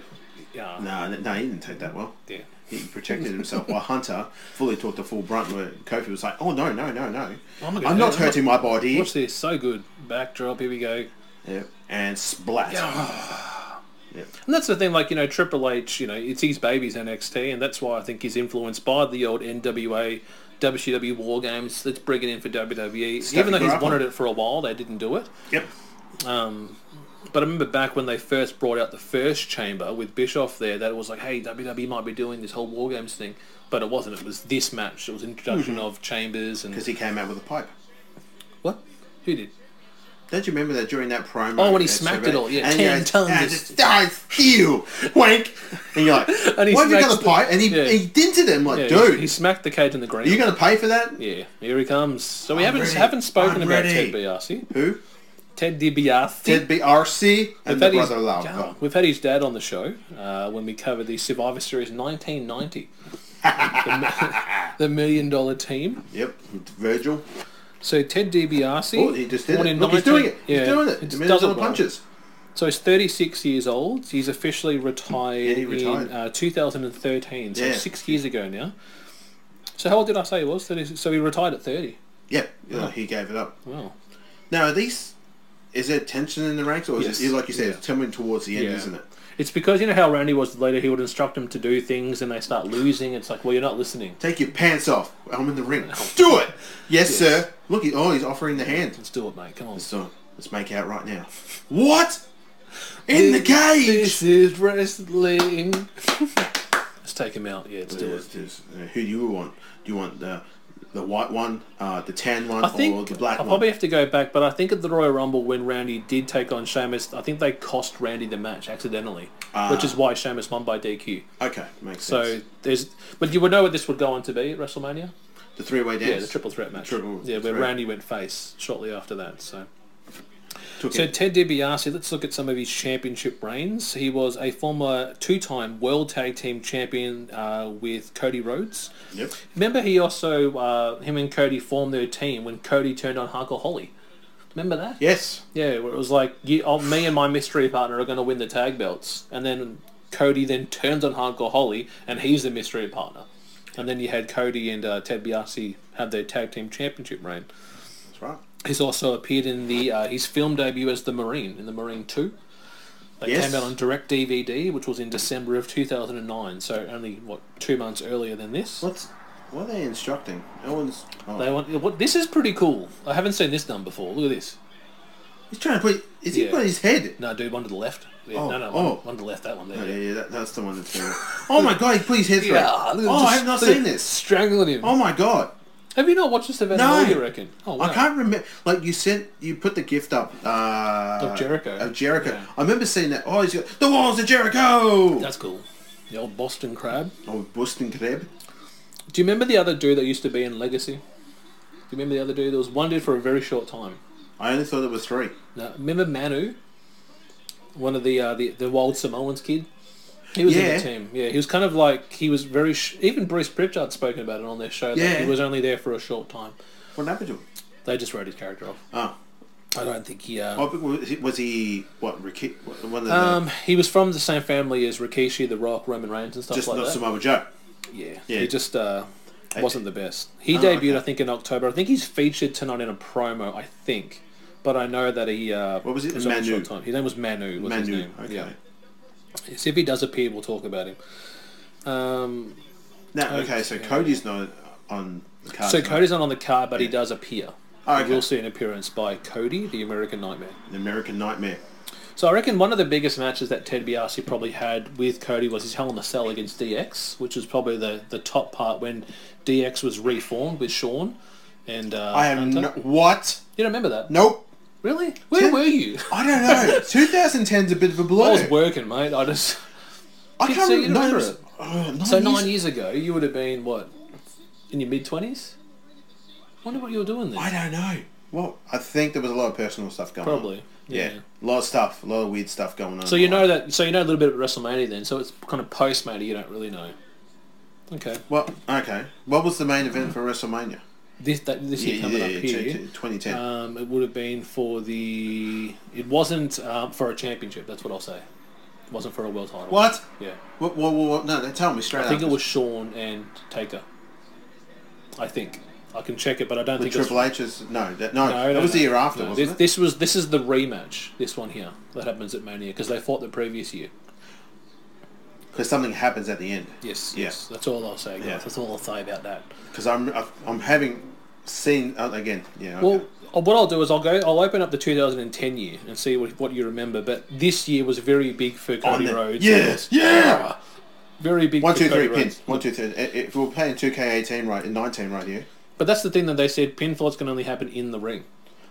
yeah. No, no, he didn't take that well. Yeah. He protected himself while Hunter fully took the full brunt. Where Kofi was like, "Oh no, no, no, no! I'm I'm, not gonna not do Oh, that. hurting my body." Watch this. So good. Backdrop. Here we go. Yep. And splat. Yep. And that's the thing, like, you know, Triple H, you know, it's his baby's NXT, and that's why I think he's influenced by the old NWA, WCW War Games. Let's bring it in for WWE. Stuff Even though you grew he's up wanted on. it for a while, they didn't do it. Yep. But I remember back when they first brought out the first chamber with Bischoff there, that was like, hey, WWE might be doing this whole War Games thing. But it wasn't. It was this match. It was introduction Hmm. of Chambers and... Because he came out with a pipe. What? Who did? Don't you remember that during that promo? Oh, when he that's smacked so it bad? all, yeah, And ten he goes, tons And of- it's died steel, wank. And you're like, And he "Why have you got smacks a pipe?" And he, the- yeah. he dented him like, Yeah, "Dude, He, he smacked the cage in the ground. are you going to pay for that?" Yeah, here he comes. So we I'm haven't ready. haven't spoken I'm about ready. Ted DiBiase. Who? Ted DiBiase. Ted BRC and the We've had brother his- love. Yeah, We've had his dad on the show uh, when we covered the Survivor Series 1990, the, mi- the Million Dollar Team. Yep. Virgil. So Ted DiBiase, Oh, he just did born it. in Look, he's doing it. 19 He's yeah, doing it. The he just millions does it of well. punches. So he's 36 years old. He's officially retired, he retired. in uh, 2013. So Yeah. six years ago now. So how old did I say he was? 36. So he retired at 30. Yep. Yeah, he gave it up. Wow. Now are these is there tension in the ranks, or is Yes. it like you said, Yeah. it's coming towards the end, Yeah. isn't it? It's because you know how Randy was later. He would instruct them to do things, and they start losing. It's like, well, you're not listening. Take your pants off. I'm in the ring. Do it. Yes, sir. Look, he, oh, he's offering the hand. Let's do it, mate. Come on. So let's make out right now. What? In the cage. This is wrestling. let's take him out. Yeah, let's do it. There's- there's, uh, Who do you want? Do you want the the white one, uh, the tan one, I or think the black I'll one? probably have to go back, but I think at the Royal Rumble when Randy did take on Sheamus, I think they cost Randy the match accidentally, Ah. which is why Sheamus won by DQ. Okay, makes So sense. there's, but you would know what this would go on to be at WrestleMania. The three-way dance. Yeah, the triple threat match. Triple yeah, where threat. Randy went face shortly after that. So. Took So it. Ted DiBiase, let's look at some of his championship reigns. He was a former two-time World Tag Team Champion uh, with Cody Rhodes. Yep. Remember, he also uh, him and Cody formed their team when Cody turned on Hardcore Holly. Remember that? Yes. Yeah, where it was like you, oh, me and my mystery partner are going to win the tag belts, and then Cody then turns on Hardcore Holly, and he's the mystery partner. And then you had Cody and uh, Ted DiBiase have their tag team championship reign. That's right. He's also appeared in the uh, his film debut as the Marine in the Marine Two. They Yes. came out on direct DVD, which was in December of two thousand and nine. So only what two months earlier than this. What's what are they instructing? No one's. Oh. They want what? This is pretty cool. I haven't seen this done before. Look at this. He's trying to put. Is he Yeah. putting his head? No, dude, one to the left. Yeah, Oh, no, no, oh. one, one to the left. That one Oh, there. yeah, yeah, that, that's the one that's. there. oh my god! He put his head through. Yeah, look oh, at him I just- have not look at seen him this. Strangling him. Oh my god! Have you not watched this event at No. all? You reckon? Oh, wow. I can't remember. Like you sent, you put the gift up. Uh, Of Jericho. Of Jericho. Yeah. I remember seeing that. Oh, he's got the walls of Jericho. That's cool. The old Boston crab. oh, Boston Crab. Do you remember the other dude that used to be in Legacy? Do you remember the other dude? There was one dude for a very short time. I only thought it was three. Now, remember Manu, one of the uh, the the wild Samoans kid. He was in Yeah. the team. Yeah, he was kind of like he was very. Sh- even Bruce Pritchard spoken about it on their show. That Yeah. he was only there for a short time. What happened to him? They just wrote his character off. Oh, I don't think he. Uh, oh was, he, was he what? Ricky, what- one of the, um, he was from the same family as Rikishi, The Rock, Roman Reigns, and stuff just like not that. Samoa Joe. yeah. Yeah. he just uh, wasn't the best. He Oh, debuted, okay. I think, in October. I think he's featured tonight in a promo. I think, but I know that he. Uh, What was it? on a Manu. short time. His name was Manu. Was His Manu. name. Okay. Yeah. See if he does appear, we'll talk about him. Um, Now, okay, so Cody's not on the card. so tonight. Cody's not on the card, but he does appear. Oh, okay. We'll see an appearance by Cody, the American Nightmare. the American Nightmare. So I reckon one of the biggest matches that Ted DiBiase probably had with Cody was his Hell in a Cell against DX, which was probably the, the top part when DX was reformed with Sean. And uh, I am Hunter. no, what? You don't remember that? Nope. Really? Where Ted- were you? I don't know. 2010's a bit of a I blur. was working, mate. I just I so you no, remember was- it. oh, nine so years- nine years ago, you would have been what in your mid twenties. Wonder what you were doing then. I don't know. Well, I think there was a lot of personal stuff going on. Probably. Yeah. Yeah. A lot of stuff. A lot of weird stuff going on. So you know that. So you know a little bit about WrestleMania then. So it's kind of post Mania. You don't really know. Okay. Well, okay. What was the main event for WrestleMania? This that, this year coming up check here. it, 2010. Um, it would have been for the. It wasn't um, for a championship. That's what I'll say. It wasn't for a world title. what? Yeah. What, what, what, what? No, no, tell me straight I think up. it was Sean and Taker. I think I can check it, but I don't think it was- Triple H's. No, that, no, No, that no, was the no. year after, No, wasn't this, it? this was this is the rematch. This one here that happens at Mania because they fought the previous year. Because something happens at the end. Yes, Yeah. yes. That's all I'll say, guys. Yeah. That's all I'll say about that. Because I'm, I've- I'm having seen uh, again. Yeah. Okay. Well, uh, what I'll do is I'll go. I'll open up the 2010 year and see what, what you remember. But this year was very big for On Cody the- Rhodes. Yes. Yeah. very big. One, for two, Cody three Rhodes. pins. One, two, three. I- If we're playing 2K18 right, 19 right here. But that's the thing that they said pinfalls can only happen in the ring.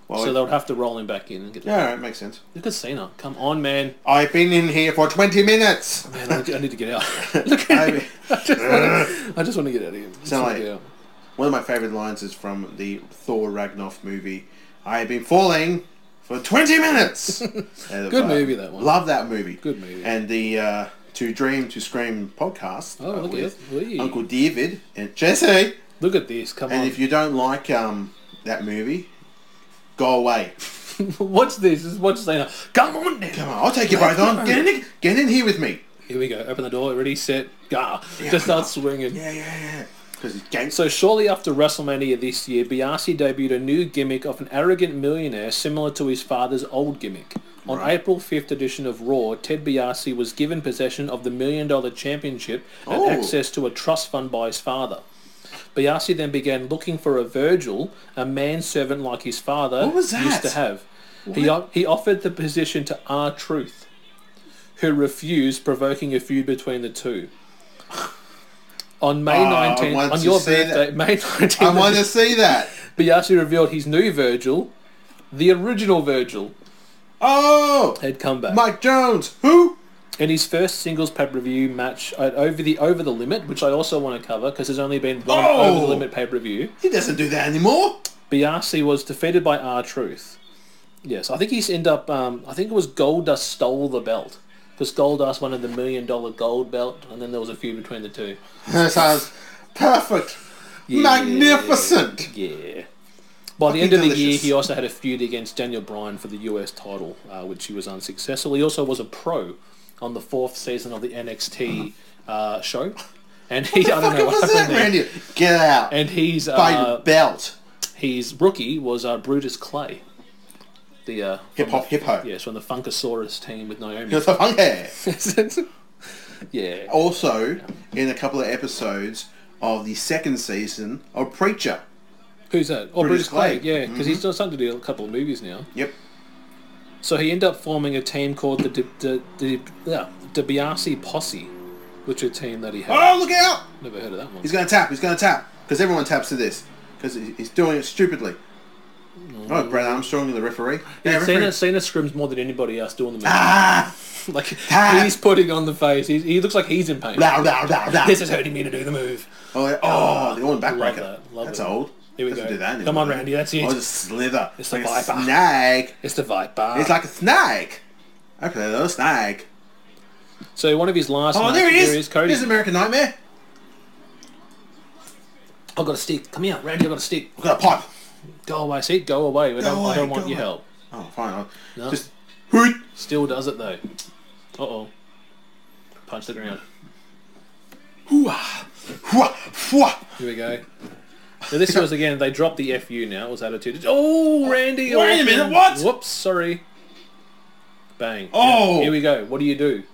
Well, so they'll have to roll him back in and get. yeah, all right, makes sense. Look at Cena. Come on, man. I've been in here for 20 minutes. Man, I, I need to get out. Look at I- I just want to get out of here. I just Sound wanna like- get out. One of my favourite lines is from the Thor Ragnarok movie. I have been falling for 20 minutes. And, Good uh, movie, that one. Love that movie. Good movie. And the uh, To Dream to Scream podcast Oh, uh, look at with it. Wee. Uncle David and Jesse. Look at this. Come And on. if you don't like um, that movie, go away. What's this? Just Watch Cena. Come on now. Come on, I'll take you both on. Get in, get in here with me. Here we go. Open the door. Ready, set, go. Just start swinging. Yeah, yeah, yeah. Because he's gang. So shortly after WrestleMania this year, Biasi debuted a new gimmick of an arrogant millionaire similar to his father's old gimmick. On Right. April 5th edition of Raw, Ted Biasi was given possession of the Million Dollar Championship and Oh. access to a trust fund by his father. Biasi then began looking for a Virgil, a manservant like his father What was that? used to have. He, o- he offered the position to R-Truth, who refused, provoking a feud between the two. On May Ah, I 19th, want on to your see that. birthday, May I want 19th, to see that. Biasi revealed his new Virgil, the original Virgil, Oh, had come back. Mike Jones. Who? In his first singles pay-per-view match at Over the Over the Limit, which I also want to cover because there's only been one Oh! Over the Limit pay-per-view, He doesn't do that anymore. Biasi was defeated by R-Truth. Yes, I think he's end up, um, I think it was Goldust stole the belt because Goldust wanted the million dollar gold belt and then there was a feud between the two. That sounds perfect. Magnificent. Yeah. By the Fucking end of the year, delicious. he also had a feud against Daniel Bryan for the US title, uh, which he was unsuccessful. He also was a pro on the fourth season of the NXT uh, show, and he I don't Fucking know what was that, happened there. Randy? Get out. And he's By uh, your belt. his rookie was uh, Brutus Clay, the uh, Hip hop, hippo. yes from the Funkasaurus team with Naomi. You're so funky. yeah, Also, in a couple of episodes of the second season of Preacher. who's that? Oh, Brutus Brutus, Clay. Clay. Mm-hmm. Yeah, because he's done something to do a couple of movies now. Yep. So he ended up forming a team called the the the, the, uh, the Biasi Posse, which is a team that he had. Oh, look out! Never heard of that one. He's going to tap. He's going to tap. Because everyone taps to this. Because he's doing it stupidly. Oh, Brad Armstrong, the referee. Yeah, Yeah, referee. Cena, Cena scrims more than anybody else doing the movie. Ah! like Ah. he's putting on the face. He's, he looks like he's in pain. Blah, blah, blah, blah. This is hurting me to do the move. Oh, yeah. oh the old love backbreaker. that, love that's it. old. Here we Doesn't go. do that Come anymore. on, Randy, that's it. Oh, just slither. It's It's the like a Viper. Ah. snag. It's the Viper. It's like a snag. I play a little snag. so one of his last. Oh, matches- there it is. Here he is, Cody. There's American Nightmare. I've got a stick. Come here, Randy. I've got a stick. I've got a pipe. Go away, see? Go away. We don't, away, I don't go want your away. help. Oh, fine. I'll No. Just hoot. Still does it though. Uh oh. Punch the ground. Hooah. Hooah. Hooah. Here we go. So this was again. They dropped the fu now. It was attitude. Oh, Randy! you're Wait a minute, awesome. what? Whoops! Sorry. Bang. Oh. Here we go. What do you do?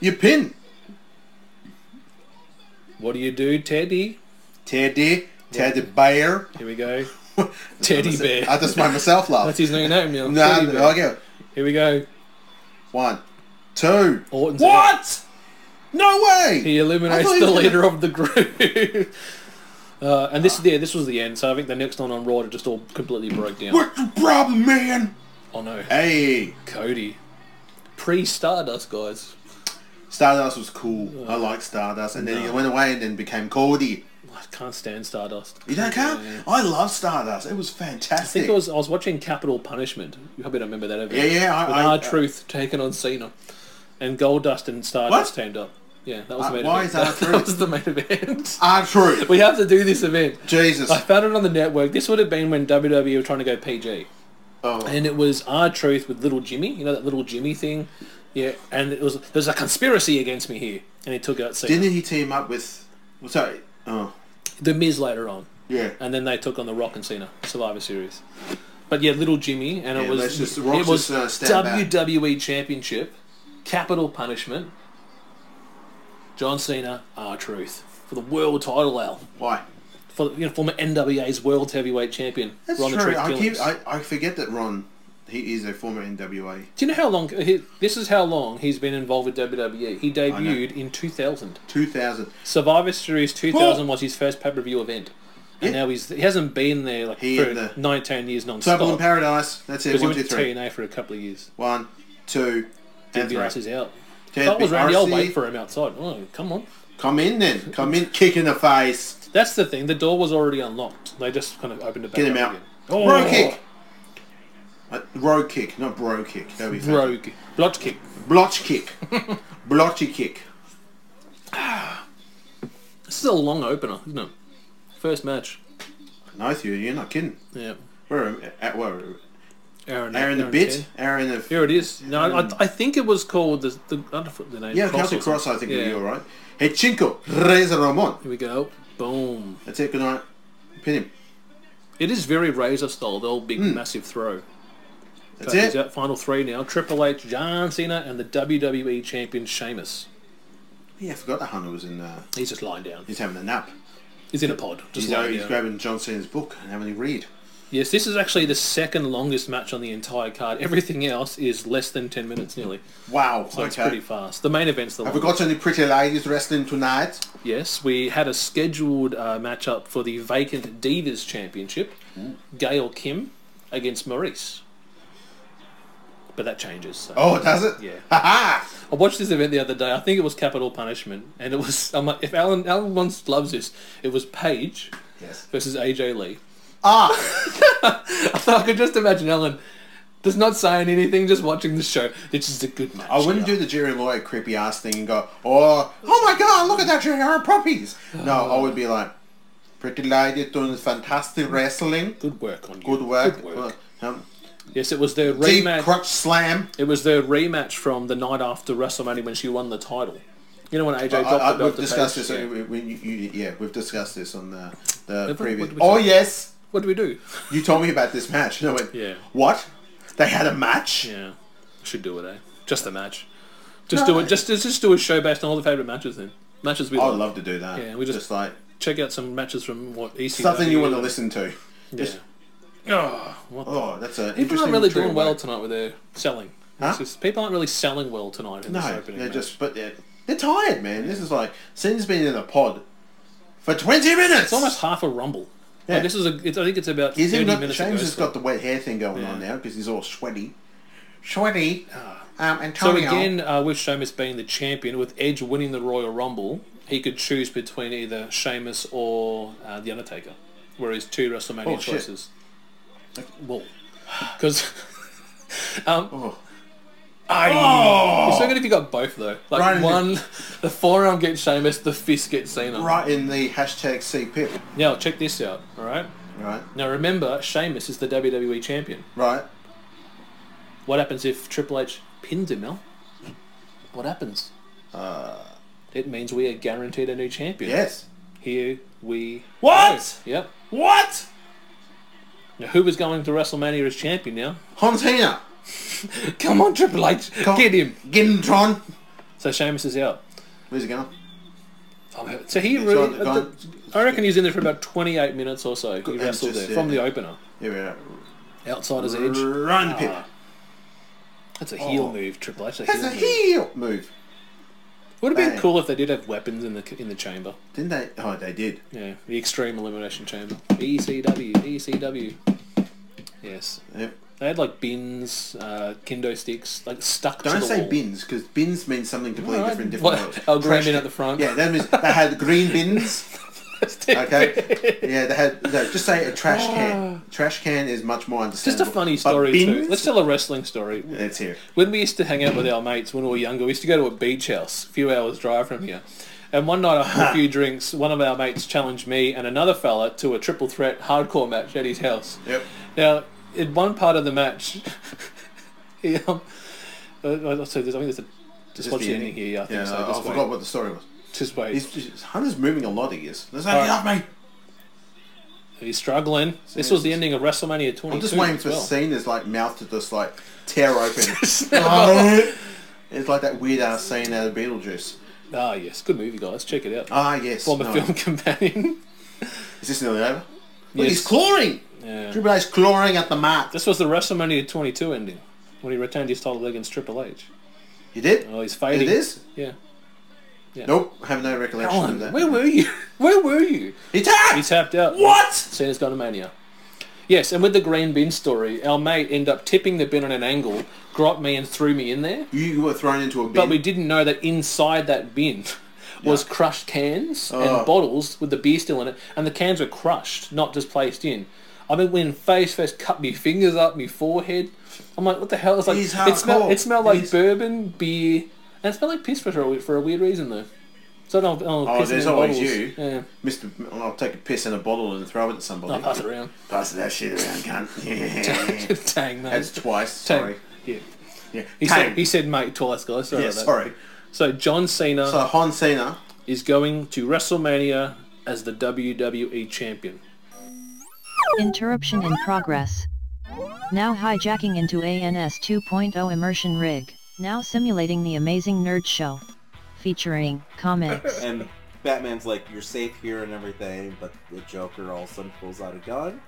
You pin. What do you do, Teddy? Teddy. Teddy Bear. Here we go. Teddy bear. I just made myself laugh. That's his new name now. no, Teddy no, bear. okay. Here we go. One, two. Orton's out. what? No way. He I eliminates thought he the was gonna- leader of the group. Uh, and this, yeah, this was the end. So I think the next one on Raw it just all completely broke down. What's the problem, man? Oh no, Hey, Cody, pre-Stardust guys. Stardust was cool. I like Stardust, and then he went away and then became Cody. I can't stand Stardust. You don't care? I love Stardust. It was fantastic. I think it was I was watching Capital Punishment. You probably don't remember that event. Yeah, yeah, I- With I- R Truth taken on Cena, and Goldust and Stardust What? teamed up. Yeah, that was Uh, the main why event. is that, R-Truth? that was the main event. Ah, true. we have to do this event. Jesus. I found it on the network. This would have been when WWE were trying to go PG, Oh, and it was R Truth with Little Jimmy. You know that Little Jimmy thing. Yeah, and it was there's a conspiracy against me here, and he took out Cena. didn't he team up with? well, Sorry. Oh, the Miz later on. yeah. and then they took on the Rock and Cena Survivor Series. But yeah, Little Jimmy, and it Yeah, was let's just- it Rock's was just, uh, stand back. WWE Championship, Capital Punishment, John Cena, R Truth for the world title, Al Why? for you know former NWA's World Heavyweight Champion That's Ron the true. Truth I, Killings. keep, I, I forget that Ron, he is a former NWA. Do you know how long? He, this is how long he's been involved with WWE. He debuted in 2000. 2000. Survivor Series 2000 was his first pay per view event. And Yeah. now he's he hasn't been there like He for and the- 19 years non-stop. Trouble in Paradise. That's it. Because he One, went two, to three. TNA for a couple of years. One, two, and Beyonce's three. out. Ted If I was Randy, I'll Bjarce. wait for him outside. Oh, come on. Come in then. Come in. Kick in the face. That's the thing. The door was already unlocked. They just kind of opened it back Get him up out. Again. Oh, Bro kick. Uh, row kick, not bro kick. That'd be fancy. Rogue. Blotch kick. Blotch kick. Blotchy kick. This is a long opener, isn't it? First match. Nice, you. You're not kidding. Yeah. We're um, at where? Aaron, Aaron the Bit, Aaron of Here it is. No, I, I think it was called the the I don't know the name. yeah, Cross Council or something. Cross. I think yeah. would be all right. Hey, Chinko, Razor Ramon. Here we go. Boom. That's it. Good night. Pin him. It is very Razor style. The old big massive throw. Hmm. That's He's it. out final three now. Triple H, John Cena, and the WWE champion Sheamus. Yeah, I forgot that Hunter was in. Uh, He's just lying down. he's having a nap. He's in a pod. Just He's, out, lying he's down. grabbing John Cena's book and having a read. Yes, this is actually the second longest match on the entire card. Everything else is less than ten minutes nearly. Wow. So it's pretty okay. fast. The main event's the Have we longest. got any pretty ladies wrestling tonight? Yes, we had a scheduled uh, matchup for the vacant Divas Championship, Gail Kim against Maurice. But that changes. So. Oh, does it? Yeah. Ha ha! I watched this event the other day. I think it was Capital Punishment, and it was. I'm like, if Alan Alan once loves this, it was Paige Yes. versus AJ Lee. Ah, I could just imagine Alan just not saying anything, just watching the show. This is a good match. I wouldn't do the Jerry Lawyer creepy ass thing and go, oh, oh my god, look at that Jerry Lawyer puppies. No, I would be like, pretty ladies doing fantastic wrestling. good work on you. Good work. Good work. Um, Yes, it was the deep rematch. crotch slam. It was the rematch from the night after WrestleMania when she won the title. You know when AJ I, dropped I, the belt we've to discussed Paige? this. Yeah. uh, we- we- you- you- yeah, we've discussed this on the, the what- previous. what did we Oh say? yes, What do we do? you told me about this match, and I went, Yeah. what? They had a match? Yeah, should do it, eh? Just a match. Just do it. Just just do a show based on all the favorite matches then. Matches we I love. would love to do that. Yeah, we just- just like Check out some matches from what E ECW. something you want to listen to. Just, Oh, what the- oh, that's a. people interesting aren't really trio doing well work. tonight with their selling. Huh? It's just- people aren't really selling well tonight in this No, opening. they're match. just but they're, they're tired, man. This is like Cena's been in a pod for twenty minutes. it's almost half a rumble. Yeah. Like, this is a. It's, I think it's about he's thirty even got, minutes. James ago, has so- got the wet hair thing going on now because he's all sweaty, sweaty. Um, So Antonio. again, uh, with Sheamus being the champion, with Edge winning the Royal Rumble, he could choose between either Sheamus or uh, the Undertaker, were his two WrestleMania Oh, shit. choices. Well, because um, Oh. I. It's so good if you got both though. Like Right in the- one, the forearm gets Sheamus, the fist gets Cena. right in the hashtag CPIP. Now check this out. All right. Right, Now remember, Sheamus is the WWE champion. right. What happens if Triple H pins him, Mel? What happens? Uh, it means we are guaranteed a new champion. Yes. Here we What? go. Yep. What? Now, who is going to WrestleMania as champion now? Hans Hina. Come on, Triple H. Come- Get him. Get him, Tron. So Sheamus is out. Where's he going? So he He's really... gone- gone. I reckon he's in there for about 28 minutes or so. He Good, wrestled just, there yeah. from the opener. Here we are. Outsider's edge. Run, Pip. That's a heel Oh. move, Triple H. That's a move. heel move. Would have been Bang. cool if they did have weapons in the in the chamber. Didn't they? Oh, they did. Yeah, the Extreme Elimination Chamber. E ECW, ECW. Yes. Yep. They had like bins, uh, kendo sticks, like stuck to Don't the say wall. bins because bins means something completely Alright. different. in What- Different world. oh, green Trash bin ca- at the front. Yeah, that means they had green bins. Okay. yeah, they had. No, just say a trash can. Trash can is much more Ah. Just understandable. a funny But story too. bins? Let's tell a wrestling story. Let's hear. it. When we used to hang out with our mates when we were younger, we used to go to a beach house, a few hours drive from here. And one night after a few drinks, one of our mates challenged me and another fella to a triple threat hardcore match at his house. Yep. Now, in one part of the match, he, um, uh, I'll say this, I think there's a, just Just watch the the ending here, yeah, I think Yeah, so. I, Just I wait. forgot what the story was. Just wait. He's just, Hunter's moving a lot. He is. There's like, Alright. "Get off me. He's struggling. This was the ending of WrestleMania 22 I'm just waiting as for well. Cena's like mouth to just like tear open. Oh. it's like that weird ass scene out of Beetlejuice. Ah, yes. Good movie, guys. Check it out. Ah, yes. Former no. film companion. Is this nearly over? Look, Yes. he's clawing. Yeah. Triple H clawing at the mat. This was the WrestleMania 22 ending when he retained his title against Triple H. You did? Oh, he's fading. It is? Yeah. Nope, I have no recollection of Alan, that. where were you? Where were you? He tapped! He tapped out. What? Cena's gone to mania. Yes, and with the green bin story, our mate ended up tipping the bin on an angle, got me and threw me in there. You were thrown into a bin. But we didn't know that inside that bin was crushed cans Oh. and bottles with the beer still in it, and the cans were crushed, not just placed in. I mean, when face first cut me fingers up, me forehead, I'm like, what the hell? It's like He's it smelled, hardcore. it smelled like He's- bourbon, beer, and it smelled like piss for a, for a weird reason though. So I don't, I don't Oh, piss in there's any always bottles. you. Yeah. Mr. I'll take a piss in a bottle and throw it at somebody. I'll pass it around. Pass that shit around, cunt. Yeah. Tang, mate. That's twice. Tang. Sorry. Yeah. Yeah. He Tang. said, he said mate twice, guys. Sorry yeah, about that. sorry. So John Cena So Hans Cena. is going to WrestleMania as the WWE champion. Interruption in progress. Now hijacking into ANS 2.0 immersion rig, now simulating the amazing nerd show. Featuring comics. And Batman's like, you're safe here and everything, but the Joker all of a sudden pulls out a gun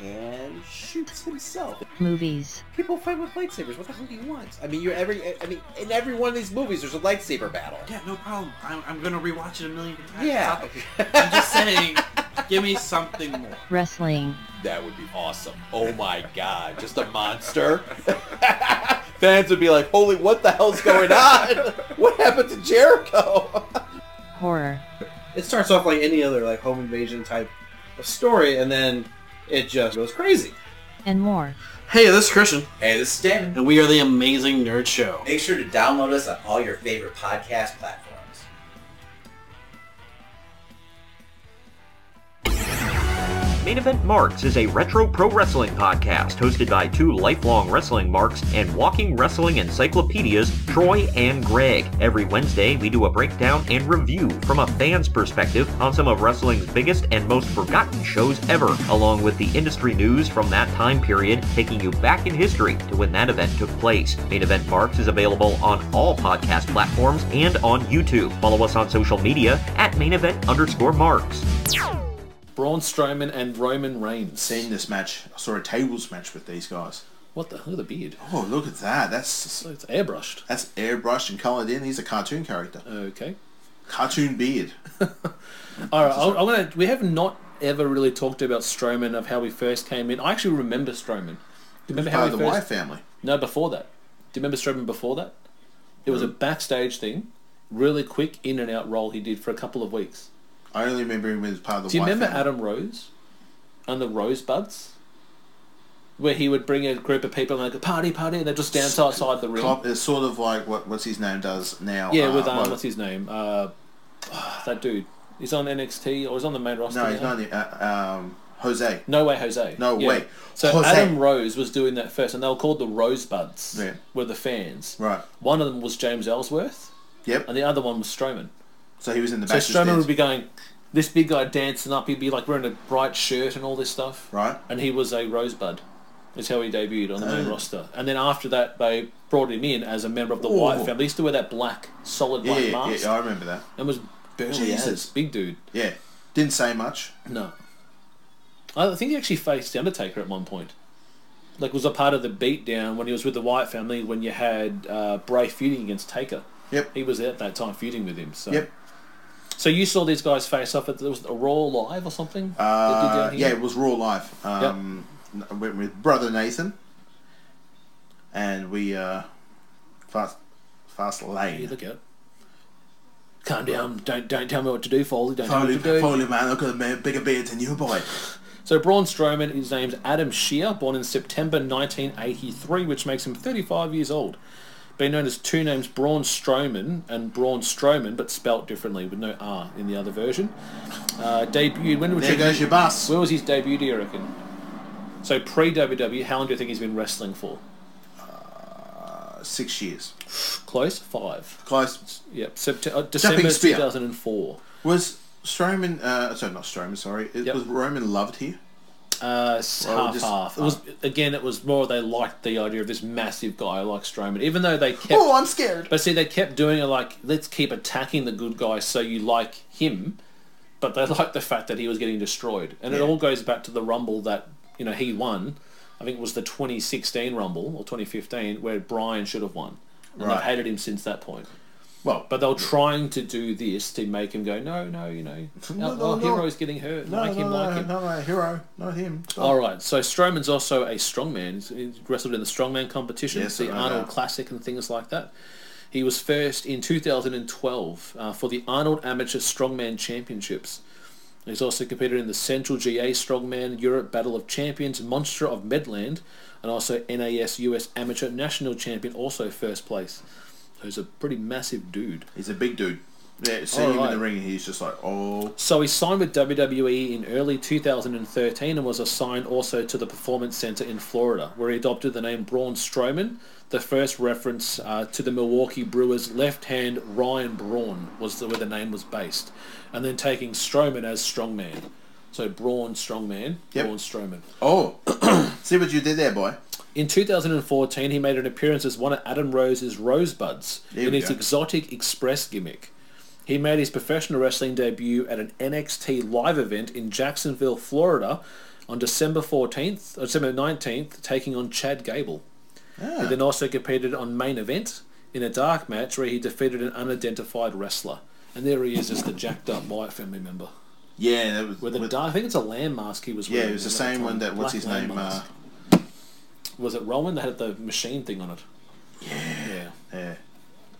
and shoots himself. movies, People fight with lightsabers. What the hell do you want? I mean, you're every. I mean, in every one of these movies, there's a lightsaber battle. Yeah, no problem. I'm, I'm gonna rewatch it a million times. Yeah. I'm just saying, give me something more. wrestling, That would be awesome. Oh my god, just a monster. Fans would be like, holy, what the hell's going on? What happened to Jericho? horror, It starts off like any other like home invasion type of story, and then it just goes crazy. and more. Hey, this is Christian, Hey, this is Dan. and we are the Amazing Nerd Show. Make sure to download us on all your favorite podcast platforms. Main Event Marks is a retro pro wrestling podcast hosted by two lifelong wrestling marks and walking wrestling encyclopedias, Troy and Greg. Every Wednesday, we do a breakdown and review from a fan's perspective on some of wrestling's biggest and most forgotten shows ever, along with the industry news from that time period, taking you back in history to when that event took place. Main Event Marks is available on all podcast platforms and on YouTube. Follow us on social media at main event underscore marks. Braun Strowman and Roman Reigns. Seen this match. I saw a tables match with these guys. What the hell? The beard. Oh, look at that. That's So it's airbrushed. that's airbrushed and coloured in. He's a cartoon character. Okay. Cartoon beard. All right. I'll, I'm gonna. We have not ever really talked about Strowman of how we first came in. I actually remember Strowman. Do you remember how Part we of Oh, the first? Wyatt family. No, before that. Do you remember Strowman before that? It was a backstage thing, really quick in and out role he did for a couple of weeks. I only remember him as part of the Do you Wyatt remember family. Adam Rose and the Rosebuds? Where he would bring a group of people and like party, party, and they'd just dance outside the ring. Klopp is sort of like what what's his name does now. Yeah, uh, with um, well, what's his name? Uh, that dude. He's on NXT or he's on the main roster. No, he's now. not. Uh, um, Jose. No way, Jose. No way. So Jose. Adam Rose was doing that first, and they were called the Rosebuds. Yeah. Were the fans. Right. One of them was James Ellsworth, Yep. and the other one was Strowman. So he was in the So back. Strowman would be going, this big guy dancing up. He'd be like wearing a bright shirt and all this stuff. Right. Oh. And he was a Rosebud. Is how he debuted on the main roster. And then after that, they brought him in as a member of the Ooh. White family. He used to wear that black, solid Yeah, black yeah, mask. yeah, I remember that. And was burly as Jesus. big dude. Yeah. Didn't say much. No, I think he actually faced the Undertaker at one point. Like was a part of the beatdown when he was with the Wyatt family when you had uh, Bray feuding against Taker. Yep. He was uh, at that time feuding with him. So Yep. So you saw these guys face off at there was a Raw Live or something. that Uh, did down yeah, here? it was Raw Live. Um, I went with brother Nathan, and we uh, fast, fast Hey, lane. look out! Calm down! Don't don't tell me what to do, Foley. Don't tell Foley, me what to do. Foley, man, I've got a man, bigger beard than you, boy. So Braun Strowman, his name's Adam Shear, born in September 1983, which makes him 35 years old. Been known as two names Braun Strowman and Braun Strowman, but spelt differently with no R in the other version. Uh, debuted when was There goes your bus. Where was his debut? Do you reckon? So pre WWE, how long do you think he's been wrestling for? Six years. Close five. Close. Yep. Sept- uh, December Jumping spear. 2004. Was Strowman? Uh, sorry, not Strowman. Sorry, It- Yep. was Roman loved here? Uh, s- Well, half just- uh, half. It was again. It was more they liked the idea of this massive guy like Strowman, even though they kept. Oh, I'm scared. But see, they kept doing it like, let's keep attacking the good guy so you like him, but they liked the fact that he was getting destroyed. And it all goes back to the Rumble that, you know, he won. I think it was the 2016 Rumble or 2015 where Brian should have won. And Right. they've hated him since that point. Well, But they were trying to do this to make him go, no, no, you know, No, our, no, our no. hero's getting hurt. no, like no, him, no, like him. no, no, hero, not him. All right, so Strowman's also a strongman. He's- He's wrestled in the strongman competitions, Yes, I the know Arnold that. Classic, and things like that. He was first in 2012 uh, for the Arnold Amateur Strongman Championships. He's also competed in the Central GA Strongman Europe Battle of Champions, Monster of Medland, and also NAS US Amateur National Champion, also first place. So he's a pretty massive dude. He's a big dude. Yeah, seeing him in Alright. the ring, and he's just like, oh, So he signed with WWE in early 2013 and was assigned also to the Performance Center in Florida, where he adopted the name Braun Strowman. The first reference uh, to the Milwaukee Brewers left hand Ryan Braun was the, where the name was based, and then taking Strowman as Strongman. So Braun Strongman, Yep. Braun Strowman. oh, see what you did there, boy. In 2014, he made an appearance as one of Adam Rose's Rosebuds There in we his go. exotic Express gimmick. He made his professional wrestling debut at an NXT live event in Jacksonville, Florida, on December 14th, or December 19th, taking on Chad Gable. Ah. He then also competed on main event in a dark match where he defeated an unidentified wrestler. And there he is as the jacked up white family member. Yeah, that was. With a with- dark, I think it's a land mask he was yeah, wearing. it was the at same time. one that what's Black his name? land Uh, mask. Was it Rowan that had the machine thing on it? Yeah. Yeah. yeah,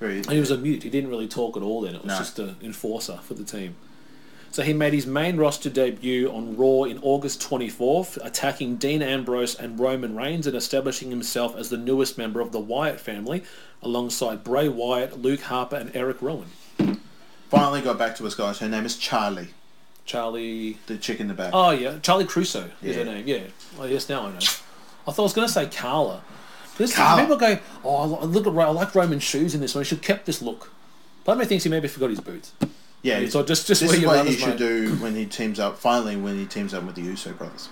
very. And he was a mute. He didn't really talk at all then. It was No. just an enforcer for the team. So he made his main roster debut on Raw in August 24th, attacking Dean Ambrose and Roman Reigns and establishing himself as the newest member of the Wyatt family alongside Bray Wyatt, Luke Harper and Eric Rowan. Finally got back to us, guys. Her name is Charlie, Charlie... the chick in the back. Oh, yeah. Charlie Crusoe is her Yeah. name. Yeah. Oh, yes, now I know. I thought I was going to say Carla. This, Carla. People go, oh, I li- look at, Ro- I like Roman shoes in this one. He should kept this look. Part of me thinks he maybe forgot his boots. yeah, so just- just this where is your what he mother's should mate. do when he teams up. Finally, when he teams up with the Uso brothers.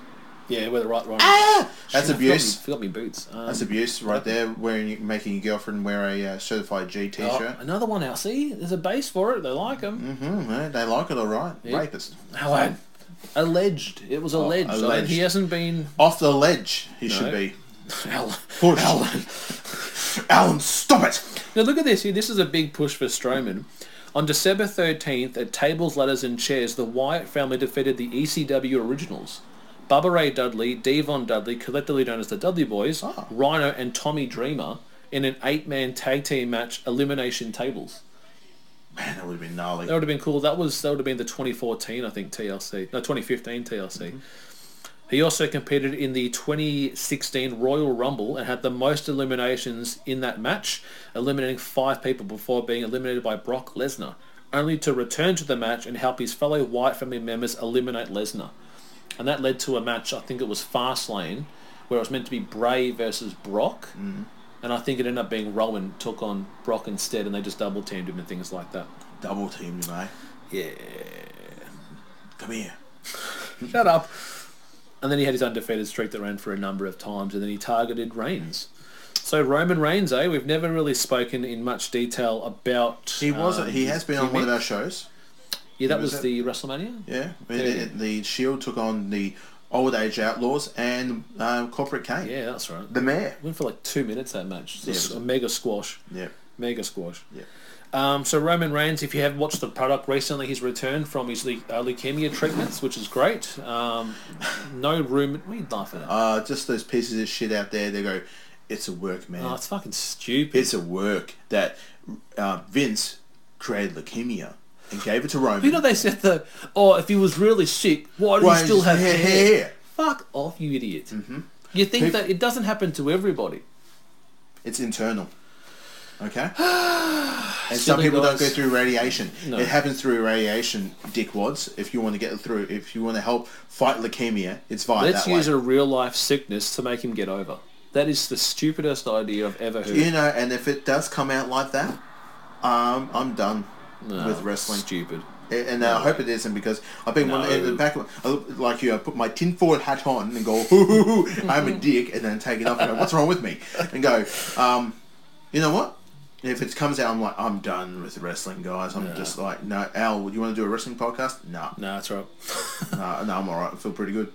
Yeah, where the right Roman That's Shit, I abuse. Forgot me, forgot me boots. Um, That's abuse right there. Wearing, making your girlfriend wear a uh, certified G oh, T-shirt. another one out. See, there's a base for it. They like them. Mm, eh, they like it, all right. Rapist. Alan, alleged. It was alleged. Alan, Oh, alleged. he hasn't been. Off the ledge, he should be. Alan. Push. Alan. Alan, stop it! Now look at this. Here, this is a big push for Strowman. On December 13th, at Tables, Ladders and Chairs, the Wyatt family defeated the ECW Originals. Bubba Ray Dudley, Devon Dudley, collectively known as the Dudley Boys, Ah. Rhino and Tommy Dreamer in an eight-man tag team match, Elimination Tables. Man, that would have been gnarly. That would have been cool. That was that would have been the 2014, I think, TLC. No, 2015 TLC. He also competed in the 2016 Royal Rumble and had the most eliminations in that match, eliminating five people before being eliminated by Brock Lesnar, only to return to the match and help his fellow White family members eliminate Lesnar. And that led to a match, I think it was Fastlane, where it was meant to be Bray versus Brock. And I think it ended up being Rowan took on Brock instead, and they just double teamed him and things like that. Double teamed, mate. Yeah. Come here. Shut up. And then he had his undefeated streak that ran for a number of times, and then he targeted Reigns. So Roman Reigns, eh? We've never really spoken in much detail about. He was. um, he has been on one of our shows. Yeah, that was was, it? the WrestleMania. Yeah. Yeah. The, the Shield took on the Old Age Outlaws and uh, Corporate Kane. Yeah, that's right. The Mayor. Went for like two minutes that match. It was Yeah. a mega squash. Yeah. Mega squash. Yeah. Um, so Roman Reigns, if you have watched the product recently, he's returned from his le- uh, leukemia treatments, which is great. Um, no room. We laugh at that. Uh, just those pieces of shit out there. They go, it's a work, man. oh, it's fucking stupid. it's a work that uh, Vince created leukemia and gave it to Roman. You know they said the oh if he was really sick, why do Why you still is have hair- hair? hair? Fuck off, you idiot! Mm-hmm. You think Peop- that it doesn't happen to everybody? It's internal. Okay? and some Silly people don't go guys. through radiation. No. It happens through radiation, dickwads. If you want to get through, if you want to help fight leukemia, it's via Let's that way. use a real life sickness to make him get over. That is the stupidest idea I've ever heard. you know, and if it does come out like that, um, I'm done No, with wrestling. stupid. And and I hope it isn't because I've been one in the No. back of I look like you. I put my tinfoil hat on and go, hoo, hoo, hoo, I'm a dick, and then take it off and go, what's wrong with me? And go, um, you know what? If it comes out, I'm like, I'm done with wrestling, guys. I'm just like, no, Al, would you want to do a wrestling podcast? No, no, No, that's right. no, I'm all right. I feel pretty good.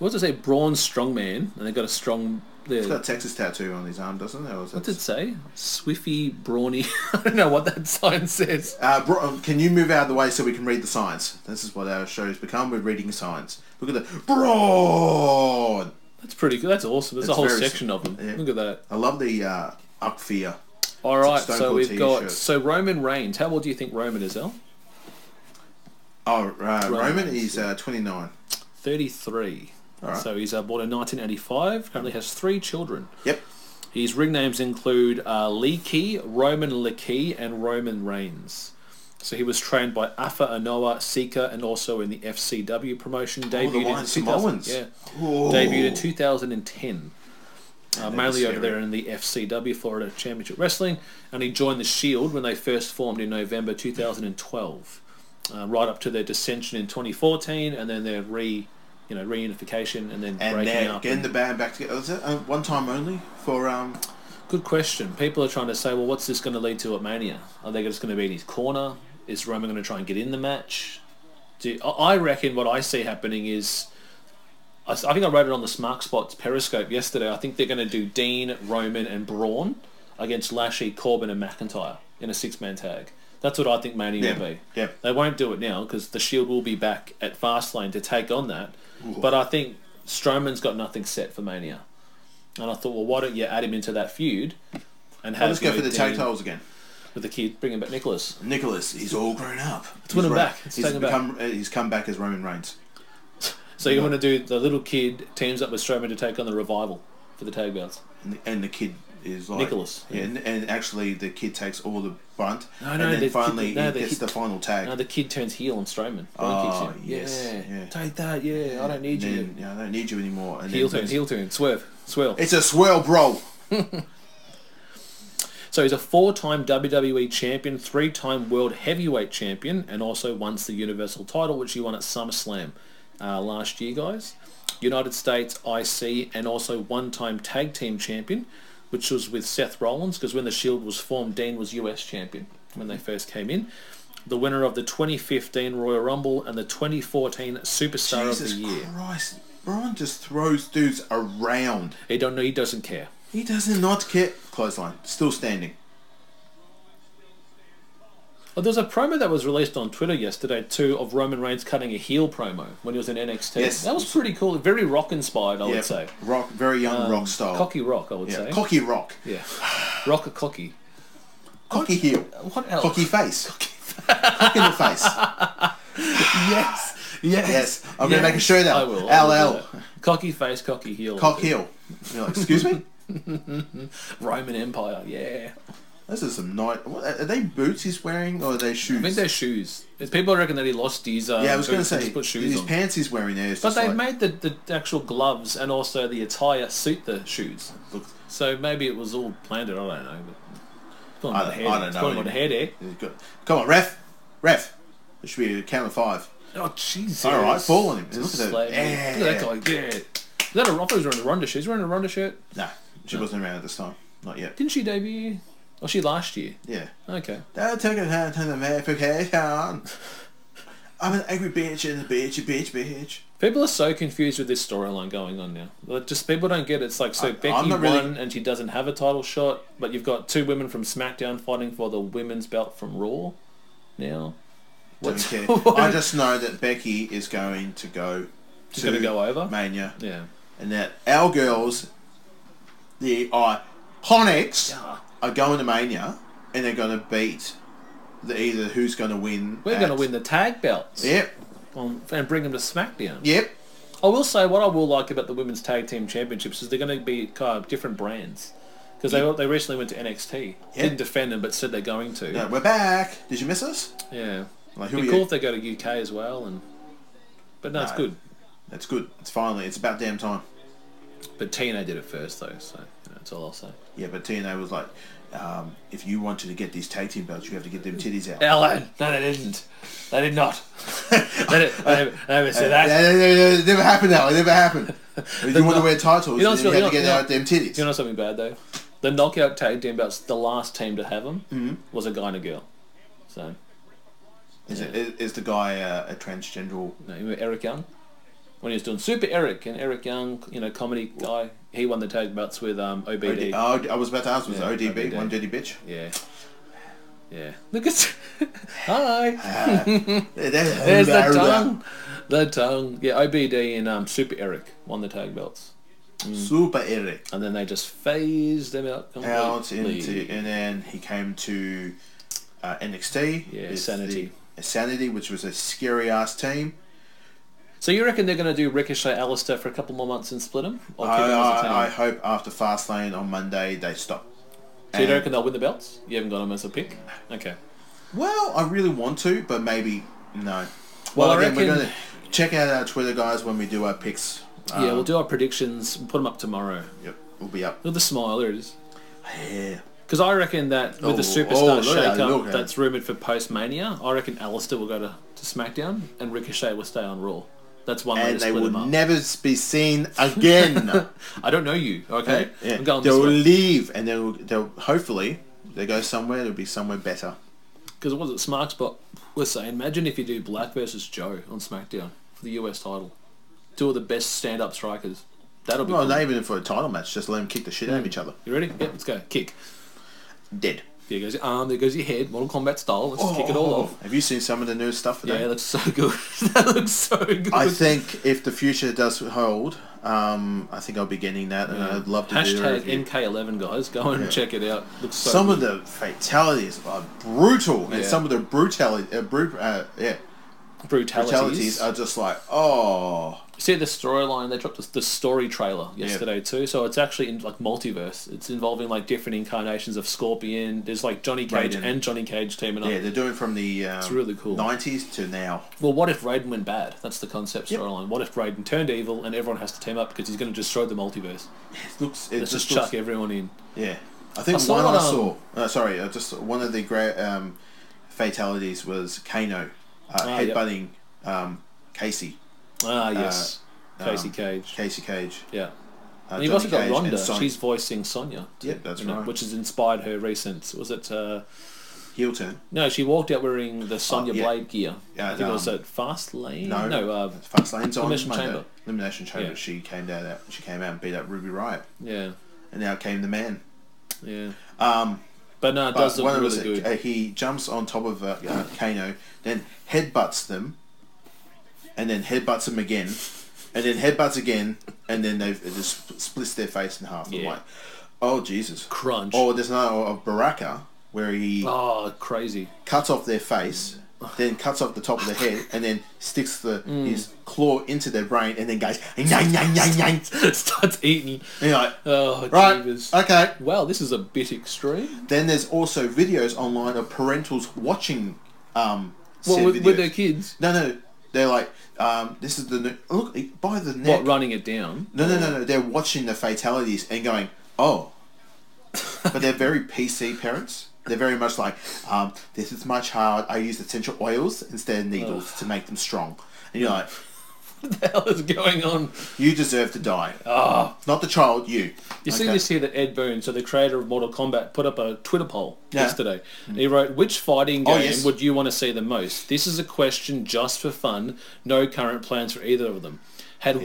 What does it say? Braun Strongman, and they got a strong. He's There. got a Texas tattoo on his arm, doesn't he? Or is What it- did it say? Swiffy, brawny. I don't know what that sign says. Uh, bro, can you move out of the way so we can read the signs? This is what our show's become. We're reading signs. Look at the broad. That's pretty good. That's awesome. There's It's a whole very section of them. yeah. Look at that. I love the uh, up fear. All right, Stone so Cold we've got T-shirt. so Roman Reigns. How old do you think Roman is, El? Oh, uh, Roman Romans, is uh, 29. 33. right. So he's uh, born in 1985, currently has three children. Yep. His ring names include uh, Lee Key, Roman Lee Key, and Roman Reigns. So he was trained by Afa Anoa, Sika, and also in the FCW Oh, promotion. Debuted Lion in 2000, Samoans. yeah, Ooh. debuted in 2010. Uh, mainly over scary. there in the FCW Florida Championship Wrestling, and he joined the Shield when they first formed in November 2012, uh, right up to their dissension in 2014, and then their re, you know, reunification, and then And breaking now up. getting the band back together. Was it uh, one time only for um? Good question. People are trying to say, well, what's this going to lead to at Mania? Are they just going to be in his corner? Is Roman going to try and get in the match? Do, I I reckon what I see happening is, I, s- I think I wrote it on the Smart Spots Periscope yesterday. I think they're going to do Dean, Roman, and Braun against Lashley, Corbin, and McIntyre in a six-man tag. That's what I think Mania Yeah, will be. yeah. They won't do it now because the Shield will be back at Fastlane to take on that. But I think Strowman's got nothing set for Mania. And I thought, well, why don't you add him into that feud and have Let's go you know, for the Dean tag titles again. with the kid, bring him back Nicholas. Nicholas, he's all grown up. Let's win him back. Let's he's take him back. become. uh, He's come back as Roman Reigns. So you want to do the little kid teams up with Strowman to take on the revival for the tag belts. and the, and the kid is like Nicholas, Yeah, yeah. and, and actually the kid takes all the brunt, No, and no, then the kid- finally no, he the gets kid- the final tag. Now the kid turns heel on Strowman. Braun Oh, kicks him. yes, yeah. yeah. Take that. Yeah, I don't need and you. then, yeah, I don't need you anymore. And Heel then turn, heel turn, swerve, swirl. It's a swirl, bro. So he's a four-time WWE champion, three-time world heavyweight champion, and also once the Universal title, which he won at SummerSlam uh, last year, guys. United States IC, and also one-time tag team champion, which was with Seth Rollins, because when the Shield was formed, Dean was US champion when they first came in. The winner of the 2015 Royal Rumble and the 2014 Superstar Jesus of the Year. Christ, Braun just throws dudes around. He don't know. He doesn't care. He does not care. Clothesline, still standing. Well, there's a promo that Oh, was released on Twitter yesterday too of Roman Reigns cutting a heel promo when he was in NXT. Yes. That was pretty cool. Very rock inspired, I yeah, would say. Um, rock, very young rock style. Cocky rock, I would yeah, say. cocky rock, yeah. Rock a cocky. cocky heel, What else? cocky face, cock in the face. Yes. Yes. Yes, I'm gonna make a shirt out. I will. I LL, will do that. Cocky face, cocky heel. cock heel. You're like, excuse me. Roman Empire. Yeah. Those are some nice. What, are they boots he's wearing, or are they shoes? I think they're shoes. It's people reckon that he lost his. Uh, yeah, I was going to boots and say just put shoes his on. pants he's wearing there. Is But just they've like, made the, the actual gloves and also the attire suit the shoes. So maybe it was all planned. I don't know. But it's I- not I hair. don't it's know probably not either. hair there. He's got- Come on, ref, ref. There should be a count of five. Oh Jesus! All right, ball on him. Look at that. Slay me. Look Yeah. at that guy. Yeah. Is that a Ronda? Is wearing a Ronda shirt? Is wearing a Ronda shirt? Nah, she wasn't around at this time. Not yet. Didn't she debut? Oh, she last year. Yeah. Okay. Don't take a hand to the verification. I'm an angry bitch and a bitch, a bitch, bitch. People are so confused with this storyline going on now. Like, just people don't get it. It's like so I'm Becky not won really- and she doesn't have a title shot, but you've got two women from SmackDown fighting for the women's belt from Raw. Now, Don't What's- care. what? I just know that Becky is going to go. She's gonna go over? Mania, yeah, and that our girls, the Iconics, are going to Mania, and they're going to beat the either who's going to win. we're at- going to win the tag belts. Yep, on, and bring them to SmackDown. yep. I will say what I will like about the women's tag team championships is they're going to be kind of different brands because they they recently went to NXT. Yeah. Didn't defend them, but said they're going to. Yeah, we're back. Did you miss us? Yeah, Like, who it'd are be you? cool if they go to UK as well. And but no, it's No. good. That's good. It's finally. It's about damn time. But TNA did it first though, so you know, that's all I'll say. Yeah, but TNA was like, um, if you wanted to get these tag team belts, you have to get them titties out. Ellen, no, they didn't. They did not. they, did, they, never- they never said Yeah, that. yeah, yeah, yeah, it never happened, Al. It never happened. If you want to wear titles, You know what's then you really- have to you get know- out them titties. You know something bad though? The knockout tag team belts. The last team to have them Mm-hmm. was a guy and a girl. So is, it, is, is the guy uh, a transgender? No, you remember Eric Young? When he was doing Super Eric and Eric Young, you know, comedy guy, he won the tag belts with um, OBD. OD, oh, I was about to ask, was Yeah, it ODB, ODB. one dirty bitch? Yeah. Yeah. Look at. Hi. There's There's the tongue. The tongue. Yeah, OBD and um, Super Eric won the tag belts. Super Eric. And then they just phased them out completely. out into, and then he came to uh, NXT. Yeah, with Sanity. the- Sanity, which was a scary ass team. So you reckon they're going to do Ricochet Alistair for a couple more months and split them? Or keep I, 'em as a team? I, I hope after Fastlane on Monday they stop. so you and- don't reckon they'll win the belts? You haven't got them as a pick? Okay. Well, I really want to, but maybe no. Well, Well, I again, we're reckon- going to check out our Twitter guys when we do our picks. Um, yeah, we'll do our predictions. Put them up tomorrow. Yep, we'll be up. Look at the smile. There it is. Yeah. Because I reckon that with Oh, the superstar oh, look at that, look shake-up at that's rumoured for post-Mania, I reckon Alistair will go to, to SmackDown and Ricochet will stay on Raw. That's one way to And they split will them up. never be seen again. I don't know you, okay? Yeah. I'm going they'll this way. leave, and they'll, they'll hopefully they go somewhere. It'll be somewhere better. Because it wasn't Smarks, but we're saying, imagine if you do Black versus Joe on SmackDown for the US title. Two of the best stand-up strikers. That'll be Well, cool. not even for a title match. Just let them kick the shit out of each other. You ready? Yeah, let's go. Kick. Dead. Oh. There goes your arm, there goes your head, Mortal Kombat style. Let's kick it all off. Have you seen some of the new stuff Yeah, today? it looks so good. that looks so good. I think if the future does hold, um, I think I'll be getting that, and I'd love to do a Hashtag review. MK11, guys. Go and check it out. Looks so some good. of the fatalities are brutal, and Yeah. some of the brutality, uh, bru- uh, yeah, brutalities. brutalities are just like, oh, See the storyline they dropped the- the story trailer yesterday too. So it's actually in like multiverse. It's involving like different incarnations of Scorpion. There's like Johnny Cage Raiden. and Johnny Cage teaming up. yeah, they're doing from the um, really cool. 90s to now. Well, what if Raiden went bad? That's the concept storyline. What if Raiden turned evil and everyone has to team up because he's going to destroy the multiverse? It looks, it Let's just just looks, chuck everyone in. yeah. I I think saw one on, I um, saw, uh, sorry, uh, just one of the great um, fatalities was Kano uh, Ah, yep. headbutting um, Casey, um, Ah yes, Casey Cage. Casey Cage. Yeah. Uh, And you've Johnny also got Cage and Rhonda. Son- She's voicing Sonya. too, Yep, that's you know, right. Which has inspired her recent. Was it? Uh, heel turn. no, she walked out wearing the Sonya Oh, yeah. Blade gear. Yeah, I think it was um, at Fast Lane. No, no uh, Fast Lane's on Elimination Monday. Chamber. Elimination Chamber. Yeah. She came down. That she came out and beat up Ruby Riot, yeah. and out came the man. Yeah. Um, but no, it But does one look of us, really good. uh, he jumps on top of uh, uh, Kano, then headbutts them, and then headbutts him again, and then headbutts again, and then they've it just sp- splits their face in half. I'm Yeah. like, oh Jesus! Crunch. Or there's another of Baraka where he oh, crazy. cuts off their face. Then cuts off the top of the head and then sticks the Mm. his claw into their brain and then goes nine nine nine nine Starts eating. And you're like, Oh, Right. jeebus. Okay. Wow, this is a bit extreme. Then there's also videos online of parentals watching. Um, Well, said with, with videos. their kids. No, no. They're like, um, this is the ne- look by the neck. What, running it down? No, no, no, no. They're watching the fatalities and going, oh. but they're very PC parents. They're very much like, um, this is my child. I use essential oils instead of needles to make them strong. And you're like, What the hell is going on? you deserve to die. Oh. Not the child, you. Ah. You see Okay. this here that Ed Boon, so the creator of Mortal Kombat, put up a Twitter poll Yeah. yesterday. And he wrote, which fighting game Oh, yes. would you want to see the most? This is a question just for fun. No current plans for either of them. Had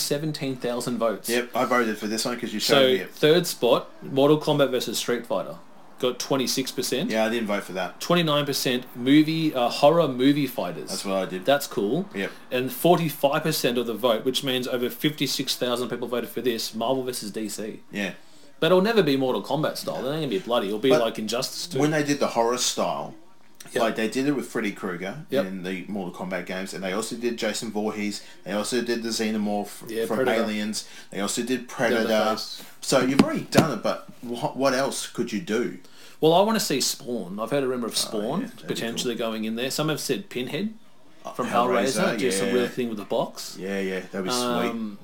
117,000 votes. Yep, I voted for this one because you showed So me it. third spot, Mortal Kombat versus Street Fighter, got twenty six percent. Yeah, I didn't vote for that. Twenty nine percent movie uh, horror movie fighters. That's what I did. That's cool. Yep. And forty five percent of the vote, which means over fifty six thousand people voted for this Marvel versus DC. Yeah. But it'll never be Mortal Kombat style. It ain't gonna be bloody. It'll be But like Injustice too. when they did the horror style, Yep. like they did it with Freddy Krueger Yep. in the Mortal Kombat games, and they also did Jason Voorhees. They also did the Xenomorph Yeah, from Predator. Aliens. They also did Predator. Leatherface. So you've already done it, but wh- what else could you do? well, I want to see Spawn. I've heard a rumor of Spawn Oh, yeah, that'd be Uh, potentially going in there. Some have said Pinhead from Hellraiser, Hellraiser, do some yeah. weird thing with the box. Yeah, yeah, that'd be Um,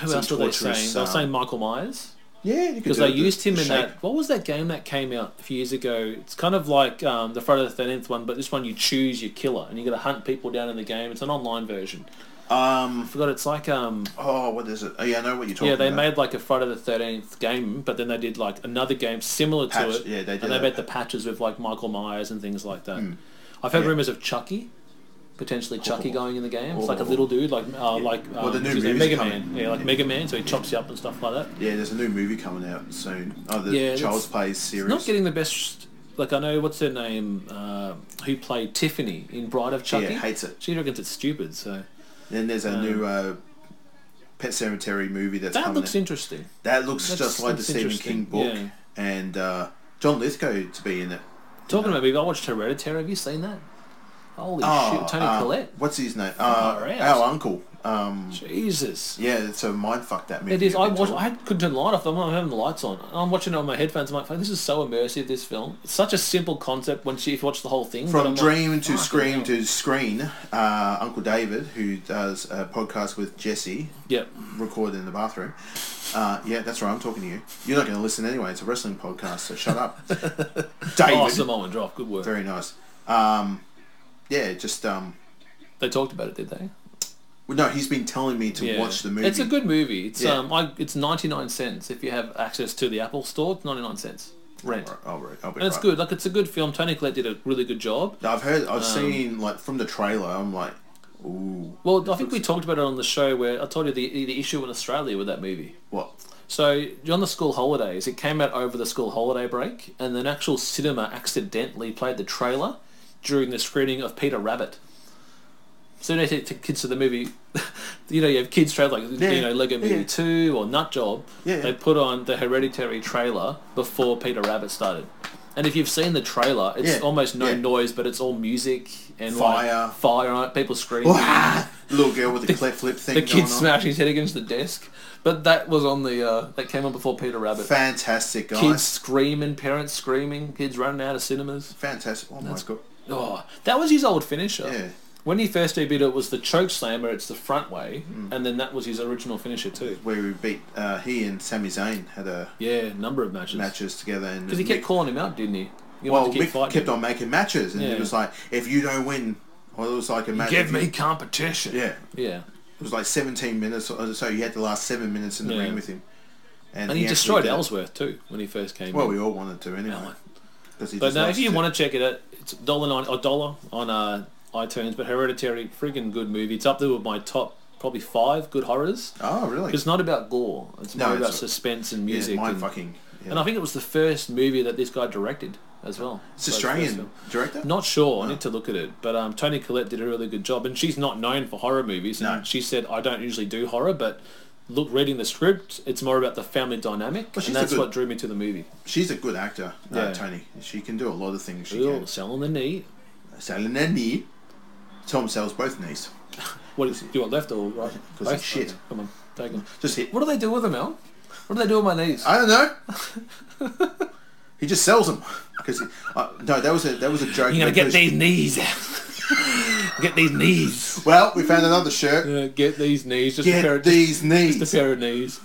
Who Some else were they torturous, saying? They were um, saying Michael Myers. sweet. Yeah, you could because do they it, the- used him the in shape. that. What was that game that came out a few years ago? It's kind of like um, the Friday the Thirteenth one, but this one you choose your killer and you got to hunt people down in the game. It's an online version. Um, I forgot. It's like um, Oh, what is it? Oh, yeah, I know what you're talking. yeah, they about. made like a Friday the Thirteenth game, but then they did like another game similar Patch- to it. yeah, they did Mm. and they that. made the patches with like Michael Myers and things like that. I've heard rumors of Chucky. Potentially Chucky going in the game. It's like a little dude, like uh, like um, Oh. Well, the new what's his name? movies Mega are Man. coming. Yeah, like Mega Man. So he chops you up and stuff like that. Yeah, there's a new movie coming out soon. Oh, the Yeah, that's- Child's Play series. not getting the best. Like I know what's her name, uh, who played Tiffany in Bride of Chucky. Yeah, hates it. She reckons it's stupid. So then there's a new uh, Pet Cemetery movie that's that coming looks out. interesting. That looks That's- just like the that's Stephen King interesting, book, yeah. and uh, John Lithgow to be in it. Talking about movie, I watched Hereditary. Have you seen that? Holy Oh, shit, Tony uh, Collette. What's his name? Uh, Far out. our uncle. Um, Jesus. yeah, it's a mind fuck that movie. It is. a I bit watch. too. I couldn't turn the light off. I'm I'm having the lights on. I'm watching it on my headphones. I'm like, "Fuck, this is so immersive. This film. It's such a simple concept once you if you watch the whole thing. but From I'm like, dream to "Fucking scream hell." to screen, uh, Uncle David, who does a podcast with Jesse, Yep. recorded in the bathroom. Uh, yeah, that's right. I'm talking to you. You're not going to listen anyway. It's a wrestling podcast, so shut up, David. Oh, Samoan drop. Good work. Very nice. Um, yeah, just um, They talked about it, did they? well, no, he's been telling me to watch the movie. It's a good movie. It's Yeah. um, I, it's ninety nine cents if you have access to the Apple Store. It's ninety nine cents rent, Right, I'll read- I'll be and it's right. good. Um, Like it's a good film. Tony Collette did a really good job. I've heard. I've seen like from the trailer. I'm like, ooh, Well, I think we talked about it on the show where I told you the the issue in Australia with that movie. what? So on the school holidays, it came out over the school holiday break, and an actual cinema accidentally played the trailer during the screening of Peter Rabbit. So they take the kids to the movie. you know, you have kids trailer like Yeah, you know Lego Movie yeah. Two or Nut Job. Yeah, yeah. They put on the Hereditary trailer before Peter Rabbit started. And if you've seen the trailer, it's Yeah, almost no yeah. noise, but it's all music and Fire. like, fire, on it, people screaming Wah! Little girl with the cleft lip thing. the going kid on. smashing his head against the desk. But that was on the uh, that came on before Peter Rabbit. Fantastic guys. Kids screaming, parents screaming, kids running out of cinemas. Fantastic. Oh my god. Oh, that was his old finisher. Yeah. When he first debuted, it was the choke slammer. It's the front way, Mm. and then that was his original finisher too. Where we beat uh, he and Sami Zayn had a Yeah, a number of matches. matches together and Because he kept Mick- calling him out, didn't he? He wanted well to keep Mick fighting. kept on making matches and Yeah. it was like if you don't win well, it was like a match. Give if you- me competition. Yeah. Yeah. It was like seventeen minutes or so you had the last seven minutes in the Yeah. ring with him. And he, actually destroyed did it. Ellsworth too when he first came. Well in. we all wanted to anyway. Yeah. 'Cause he But just no, if likes you to- want to check it out, it's dollar nine or dollar on uh, iTunes. But Hereditary, friggin' good movie. It's up there with my top probably five good horrors. Oh really? It's not about gore. It's No, more it's about a- suspense and Yeah, music. mind and, fucking yeah. and I think it was the first movie that this guy directed as well. it's So his first Australian film. director? Not sure. I need to look at it. But um, Tony Collette did a really good job, and she's not known for horror movies. And No. she said, "I don't usually do horror, but." Look, reading the script, it's more about the family dynamic, Well, she's and a that's good- what drew me to the movie. She's a good actor, uh, Yeah. Tony. She can do a lot of things. She Ooh, selling the knee. can. Selling their knee. Tom sells both knees. What is, do you want left or right? 'Cause Both? it's shit. Okay, Come on, take them. Just hit. What do they do with them, Al? What do they do with my knees? I don't know. he just sells them because uh, no, that was a that was a joke. because- knees out. get these knees. Well, we found another shirt. Uh, get these knees. Just a pair Get of, these Just knees. a pair of knees.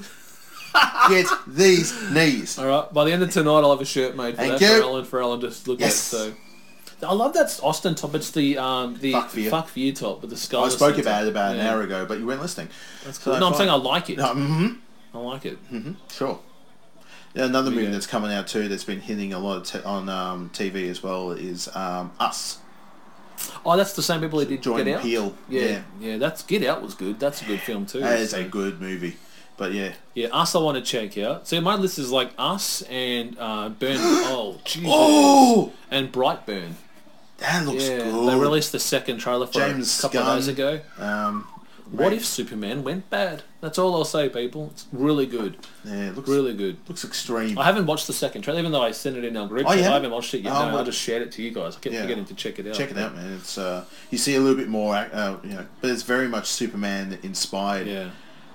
Get these knees. All right. By the end of tonight, I'll have a shirt made for Thank that you. for Alan for Alan just look Yes. at. So. I love that Austin top. It's the um the Fuck for you. fuck for you top with the skull. I in the spoke centre. about it about an Yeah. hour ago, but you weren't listening. That's cool. no, I'm saying I like it. hmm I like it. Mm-hmm. Sure. Yeah, another movie go. that's coming out too that's been hitting a lot of t- on um, TV as well is um, Us. Oh, that's the same people who did Jordan Get Out. Peele. Yeah, Yeah. yeah, That's Get Out was good. That's a good film too. That is So- a good movie, but yeah. Yeah, us I want to check out. So my list is like us and uh, Burn. oh, Jesus. Oh, And Brightburn. that looks Yeah, good. they released the second trailer for James a couple Gunn. of days ago. Um, What if Superman went bad? That's all I'll say, people. It's really good, yeah, it looks really good. looks extreme. I haven't watched the second trailer, even though I sent it in our group. Oh, you chat. I haven't? haven't watched it yet. Oh, no, well- I just shared it to you guys. I kept Yeah. forgetting to check it out. Check it out, man. It's uh, you see a little bit more, uh, you know, but it's very much Superman inspired. Yeah.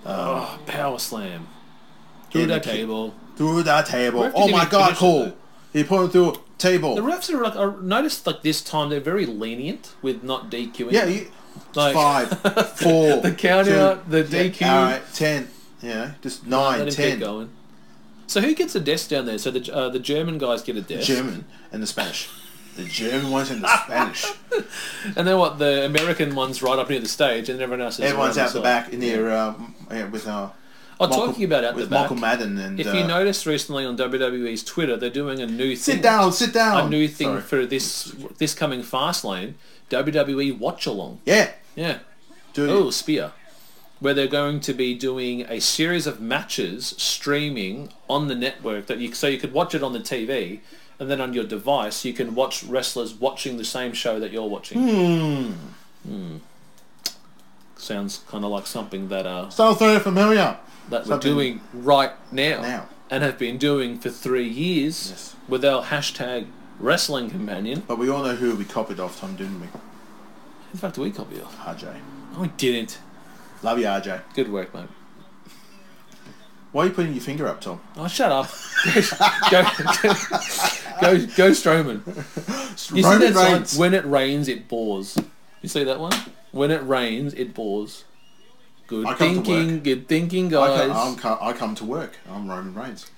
oh, Power Slam. Um, yeah, Through the that kid- table. Through that table. Ref Oh didn't my even God, finish it, cool. though. He put him through a table. The refs are like, I noticed like this time they're very lenient with not DQing. yeah, you, Like- five, four, The count two, out, the yeah, DQ. all right, ten. Yeah, just nine, Let him ten. keep going. So who gets a desk down there? So the uh, the German guys get a desk, German and the Spanish. The German ones and the Spanish. and then what? The American ones right up near the stage, and everyone else is Everyone's around out the side. back in there uh, yeah, with uh, Oh, Michael- talking about out with the back. Michael Madden and if uh, you noticed recently on WWE's Twitter, they're doing a new thing. sit down, sit down. A new thing Sorry. for this this coming fast lane WWE watch along. yeah, Yeah. dude. Oh, Spear. Where they're going to be doing a series of matches streaming on the network that you so you could watch it on the TV and then on your device you can watch wrestlers watching the same show that you're watching. Hmm. Sounds kind of like something that uh So very familiar. that Something- we're doing right now, Now. and have been doing for three years Yes. with our hashtag wrestling companion. But we all know who we copied off Tom, didn't we? In fact, we copy you. RJ. No, I didn't. Love you, RJ. Good work, mate. Why are you putting your finger up, Tom? Oh, shut up. go, go, go, go, Strowman. You see Roman that sign? Reigns. When it rains, it pours. You see that one? When it rains, it pours. Good I come to thinking, work. good thinking, I guys. come, I'm, co- I come to work. I'm Roman Reigns.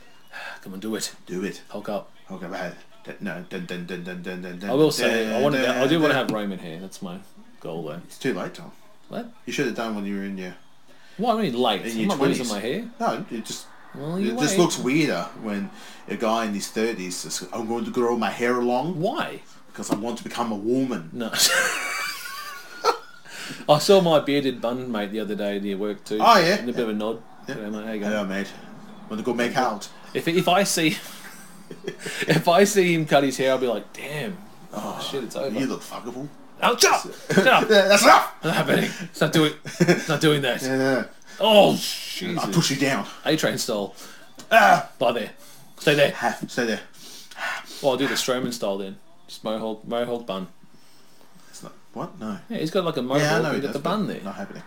Come on, do it. Do it. Hulk up. Okay, bad. Dun, dun, dun, dun, dun, dun, dun, dun, dun, I will say, I wanted. dun, that- I do want to dun. have Roman here. That's my goal, though. It's too late, Tom. What? You should have done when you were in your Why? I mean, late. in I'm your not twenties. losing my hair. No, it just Well, it you just wait. looks weirder when a guy in his thirties says, "I'm going to grow my hair long Why? because I want to become a woman." No. I saw my bearded bun mate the other day near work too. Oh, yeah. And a bit of a nod. Yeah. G'day, mate, how you going? Hello, mate. Want to go make out? If if I see if I see him cut his hair, I'll be like, damn. Oh, shit, it's over. You look fuckable. oh, shut up! Shut up! It's Yeah, That's enough. not happening. It's not doing. It's not doing that. Yeah, Oh I Jesus! push you down. A train style. Ah, by there. Stay there. Ha, stay there. Well, I'll do the Strowman style then. Just mohawk, mohawk bun. It's not what? No. Yeah, he's Oh, got like a mohawk Yeah, I know. with he does, the but bun there. Not happening.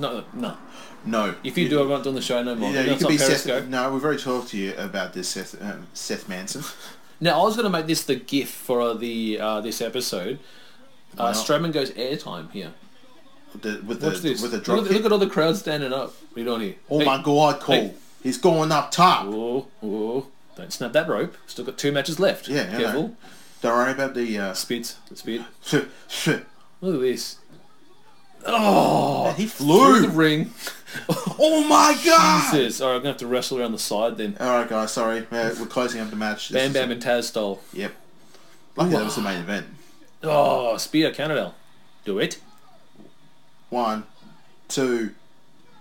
No. No, no. No. If you do, I won't do on the show no more. Yeah, No, you it's could be not Seth. Periscope. No, we've already talked to you about this, Seth. Um, Seth Manson. Now I was going to make this the GIF for uh, the uh, this episode. Uh, not? Strowman goes airtime here. With the, with the, Watch this. With the drop look, at, look at all the crowd standing up. Read on here. Oh Hey. my God, Cole! Hey. He's going up top. Oh, oh! Don't snap that rope. Still got two matches left. Yeah, yeah, I Careful. know. Don't worry about the. Uh, Spit. Spit. shit. Look at this. he Through the flew. ring. Oh my God! Says, all right, I'm gonna have to wrestle around the side then. All right, guys. Sorry, uh, we're closing up the match. This Bam is- Bam and Taz style. Yep. Luckily, that was the main event. Oh, spear Cannondale. Do it. One, two.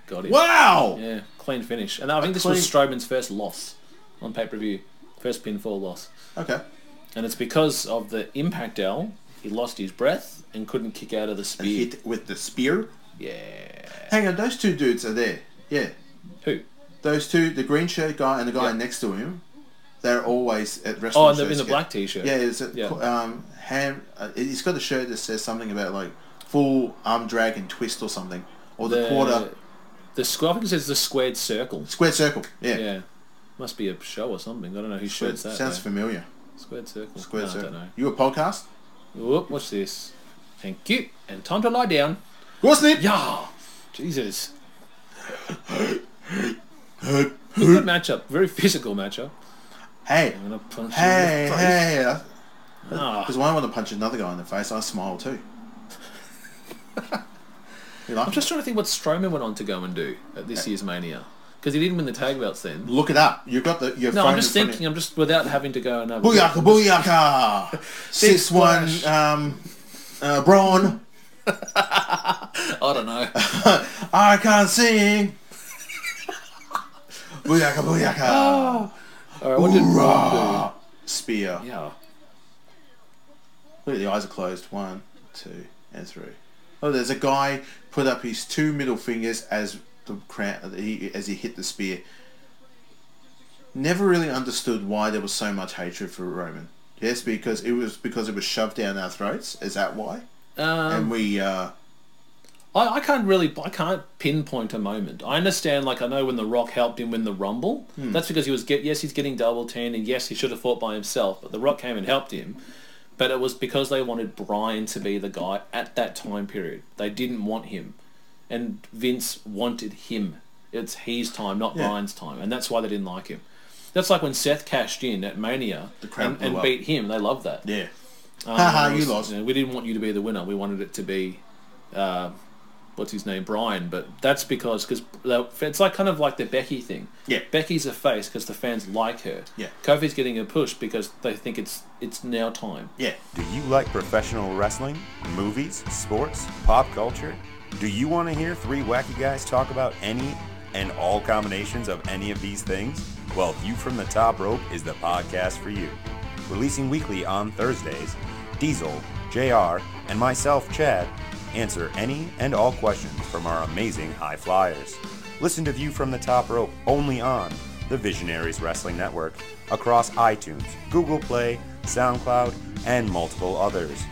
Got it. Wow! Yeah, clean finish. And I think this was Strowman's first loss on pay per view. First pinfall loss. Okay. And it's because of the impact L, he lost his breath and couldn't kick out of the And spear. hit with the spear. Yeah. Hang on, those two dudes are there. Yeah, Who? those two, the green shirt guy and the guy next to him, they're always at wrestling. Oh, in the, shows in the together. black t shirt. Yeah, it's a, Yeah. um, ham. Uh, he's got a shirt that says something about like full arm drag and twist or something, or the, quarter The square, I think it says the squared circle. square circle. Yeah, Yeah. Must be a show or something. I don't know who Square- shirt's that. sounds though. familiar. Squared circle. Square No, I circle. don't You a podcast? know. Whoop, what's this? Thank you. And time to lie down. What's it? Yeah. Jesus. Good matchup. Very physical matchup. Hey, I'm gonna punch you hey, in the face. hey! Ah. Because when I want to punch another guy in the face, I smile too. you like? I'm just trying to think what Strowman went on to go and do at this year's Mania because he didn't win the tag belts then. look it up. You've got the your No, phone I'm just in front of thinking. you. I'm just without having to go and have. Booyaka, booyaka! Six one, splash. um, uh, Braun. I don't know. I can't sing. booyaka, booyaka! All right, what did Braun Hoorah. Spear. do? Ah. Yeah. Look, the eyes are closed. One, two, and three. Oh, there's a guy put up his two middle fingers as the crown, he, as he hit the spear. Never really understood why there was so much hatred for Roman. Yes, because it was because it was shoved down our throats. Is that why? Um, and we uh, I, I can't really. I can't pinpoint a moment. I understand. Like I know when The Rock helped him win the Rumble. Hmm. That's because he was get. Yes, he's getting double teamed, and yes, he should have fought by himself. But The Rock came and helped him. But it was because they wanted Brian to be the guy at that time period. They didn't want him, and Vince wanted him. It's his time, not Yeah. Brian's time, and that's why they didn't like him. That's like when Seth cashed in at Mania The crowd and, blew and up. beat him. They loved that. yeah. Um, Haha, it you was- lost. know, we didn't want you to be the winner. We wanted it to be, uh, what's his name, Brian. But that's because because it's like kind of like the Becky thing. Yeah. Becky's a face because the fans like her. Yeah. Kofi's getting a push because they think it's it's now time. Yeah. Do you like professional wrestling, movies, sports, pop culture? Do you want to hear three wacky guys talk about any and all combinations of any of these things? Well, View from the Top Rope is the podcast for you. Releasing weekly on Thursdays, Diesel, JR, and myself, Chad, answer any and all questions from our amazing high flyers. Listen to View from the Top Rope only on the Visionaries Wrestling Network across iTunes, Google Play, SoundCloud, and multiple others.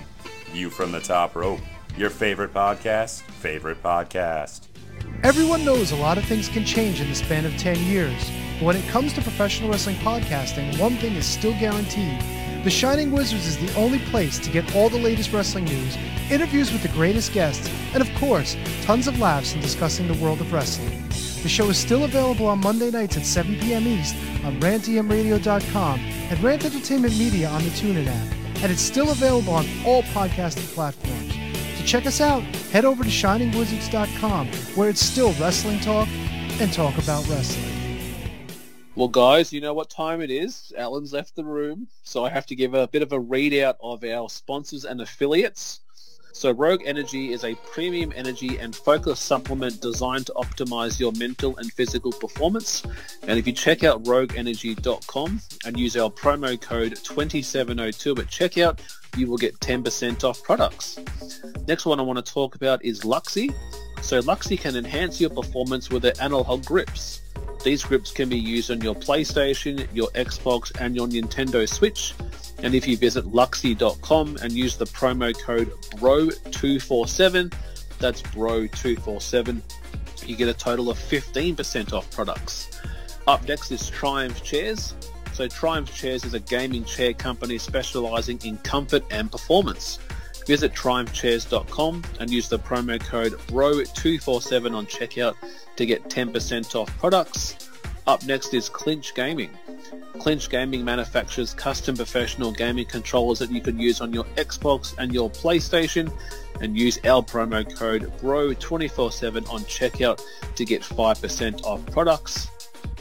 View from the Top Rope, Your favorite podcast, favorite podcast. Everyone knows a lot of things can change in the span of 10 years. But when it comes to professional wrestling podcasting, one thing is still guaranteed. The Shining Wizards is the only place to get all the latest wrestling news, interviews with the greatest guests, and of course, tons of laughs in discussing the world of wrestling. The show is still available on Monday nights at 7 p.m. East on rantemradio.com and Rant Entertainment Media on the TuneIn app. And it's still available on all podcasting platforms. To check us out, head over to shiningwizards.com Um, where it's still wrestling talk and talk about wrestling. Well, guys, you know what time it is. Alan's left the room, so I have to give a bit of a readout of our sponsors and affiliates. So Rogue Energy is a premium energy and focus supplement designed to optimize your mental and physical performance. And if you check out rogueenergy.com and use our promo code 2702 at checkout, you will get 10% off products. Next one I want to talk about is Luxy. So Luxy can enhance your performance with their analog grips. These grips can be used on your PlayStation, your Xbox, and your Nintendo Switch. And if you visit luxy.com and use the promo code BRO247, that's BRO247, you get a total of 15% off products. Up next is Triumph Chairs. So Triumph Chairs is a gaming chair company specializing in comfort and performance. Visit triumphchairs.com and use the promo code BRO247 on checkout to get 10% off products. Up next is Clinch Gaming. Clinch Gaming manufactures custom professional gaming controllers that you can use on your Xbox and your PlayStation and use our promo code BRO247 on checkout to get 5% off products.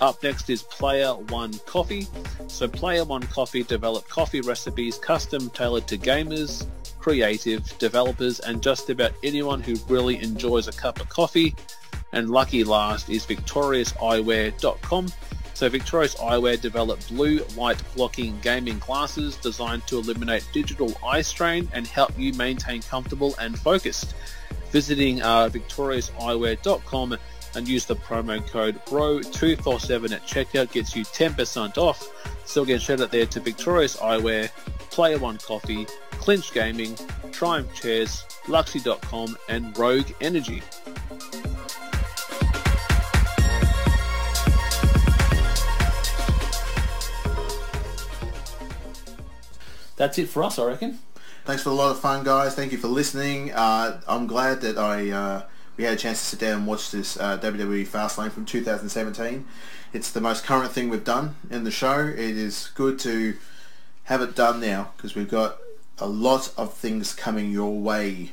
Up next is Player One Coffee. So Player One Coffee develop coffee recipes custom tailored to gamers, creative, developers, and just about anyone who really enjoys a cup of coffee. And lucky last is victoriouseyewear.com. So Victorious Eyewear develop blue light blocking gaming glasses designed to eliminate digital eye strain and help you maintain comfortable and focused. Visiting uh, victoriouseyewear.com and use the promo code BRO247 at checkout gets you 10% off. So again, shout out there to Victorious Eyewear, Player One Coffee, Clinch Gaming, Triumph Chairs, Luxy.com, and Rogue Energy. That's it for us, I reckon. Thanks for a lot of fun, guys. Thank you for listening. Uh, I'm glad that I uh, we had a chance to sit down and watch this uh, WWE Fastlane from 2017. It's the most current thing we've done in the show. It is good to have it done now because we've got a lot of things coming your way.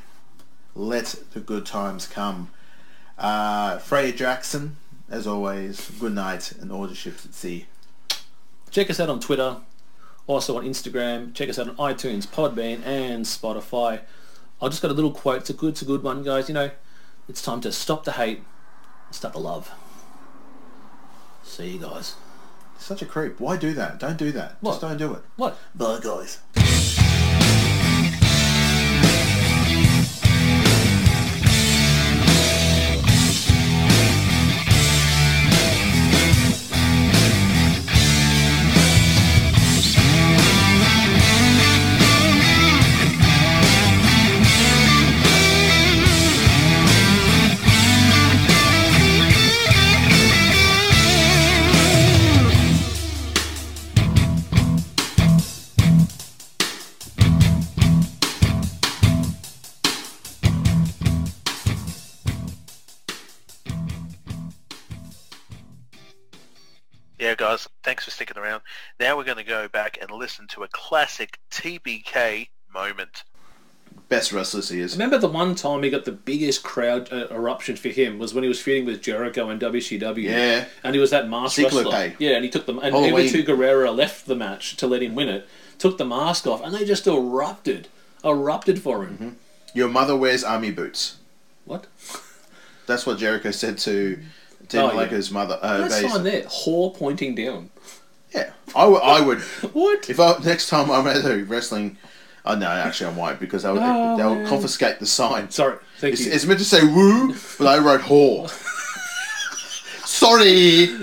Let the good times come. Uh, Freya Jackson, as always, good night and all the ships at sea. Check us out on Twitter, also on Instagram. Check us out on iTunes, Podbean, and Spotify. I just got a little quote. It's a good, it's a good one, guys. You know, it's time to stop the hate, and start the love. See you guys. Such a creep. Why do that? Don't do that. Just don't do it. What? Bye, guys. Yeah, guys, thanks for sticking around. Now we're going to go back and listen to a classic TBK moment. Best wrestlers he is. Remember the one time he got the biggest crowd uh, eruption for him was when he was feuding with Jericho and WCW. Yeah. And he was that mask Ziggler wrestler. pay. Yeah, and he took the and Halloween. Umberto Guerrero left the match to let him win it. Took the mask off and they just erupted, erupted for Mm-hmm. him. Your mother wears army boots. What? That's what Jericho said to Dean Oh, yeah. Malenko's mother. Uh, That's Baze. sign there, whore pointing down. I would. I would what? If I, next time I'm at a wrestling, oh no, actually I won't because they'll Oh, they'll man. confiscate the sign. Sorry, thank it's, you. It's meant to say woo, but I wrote whore. Sorry.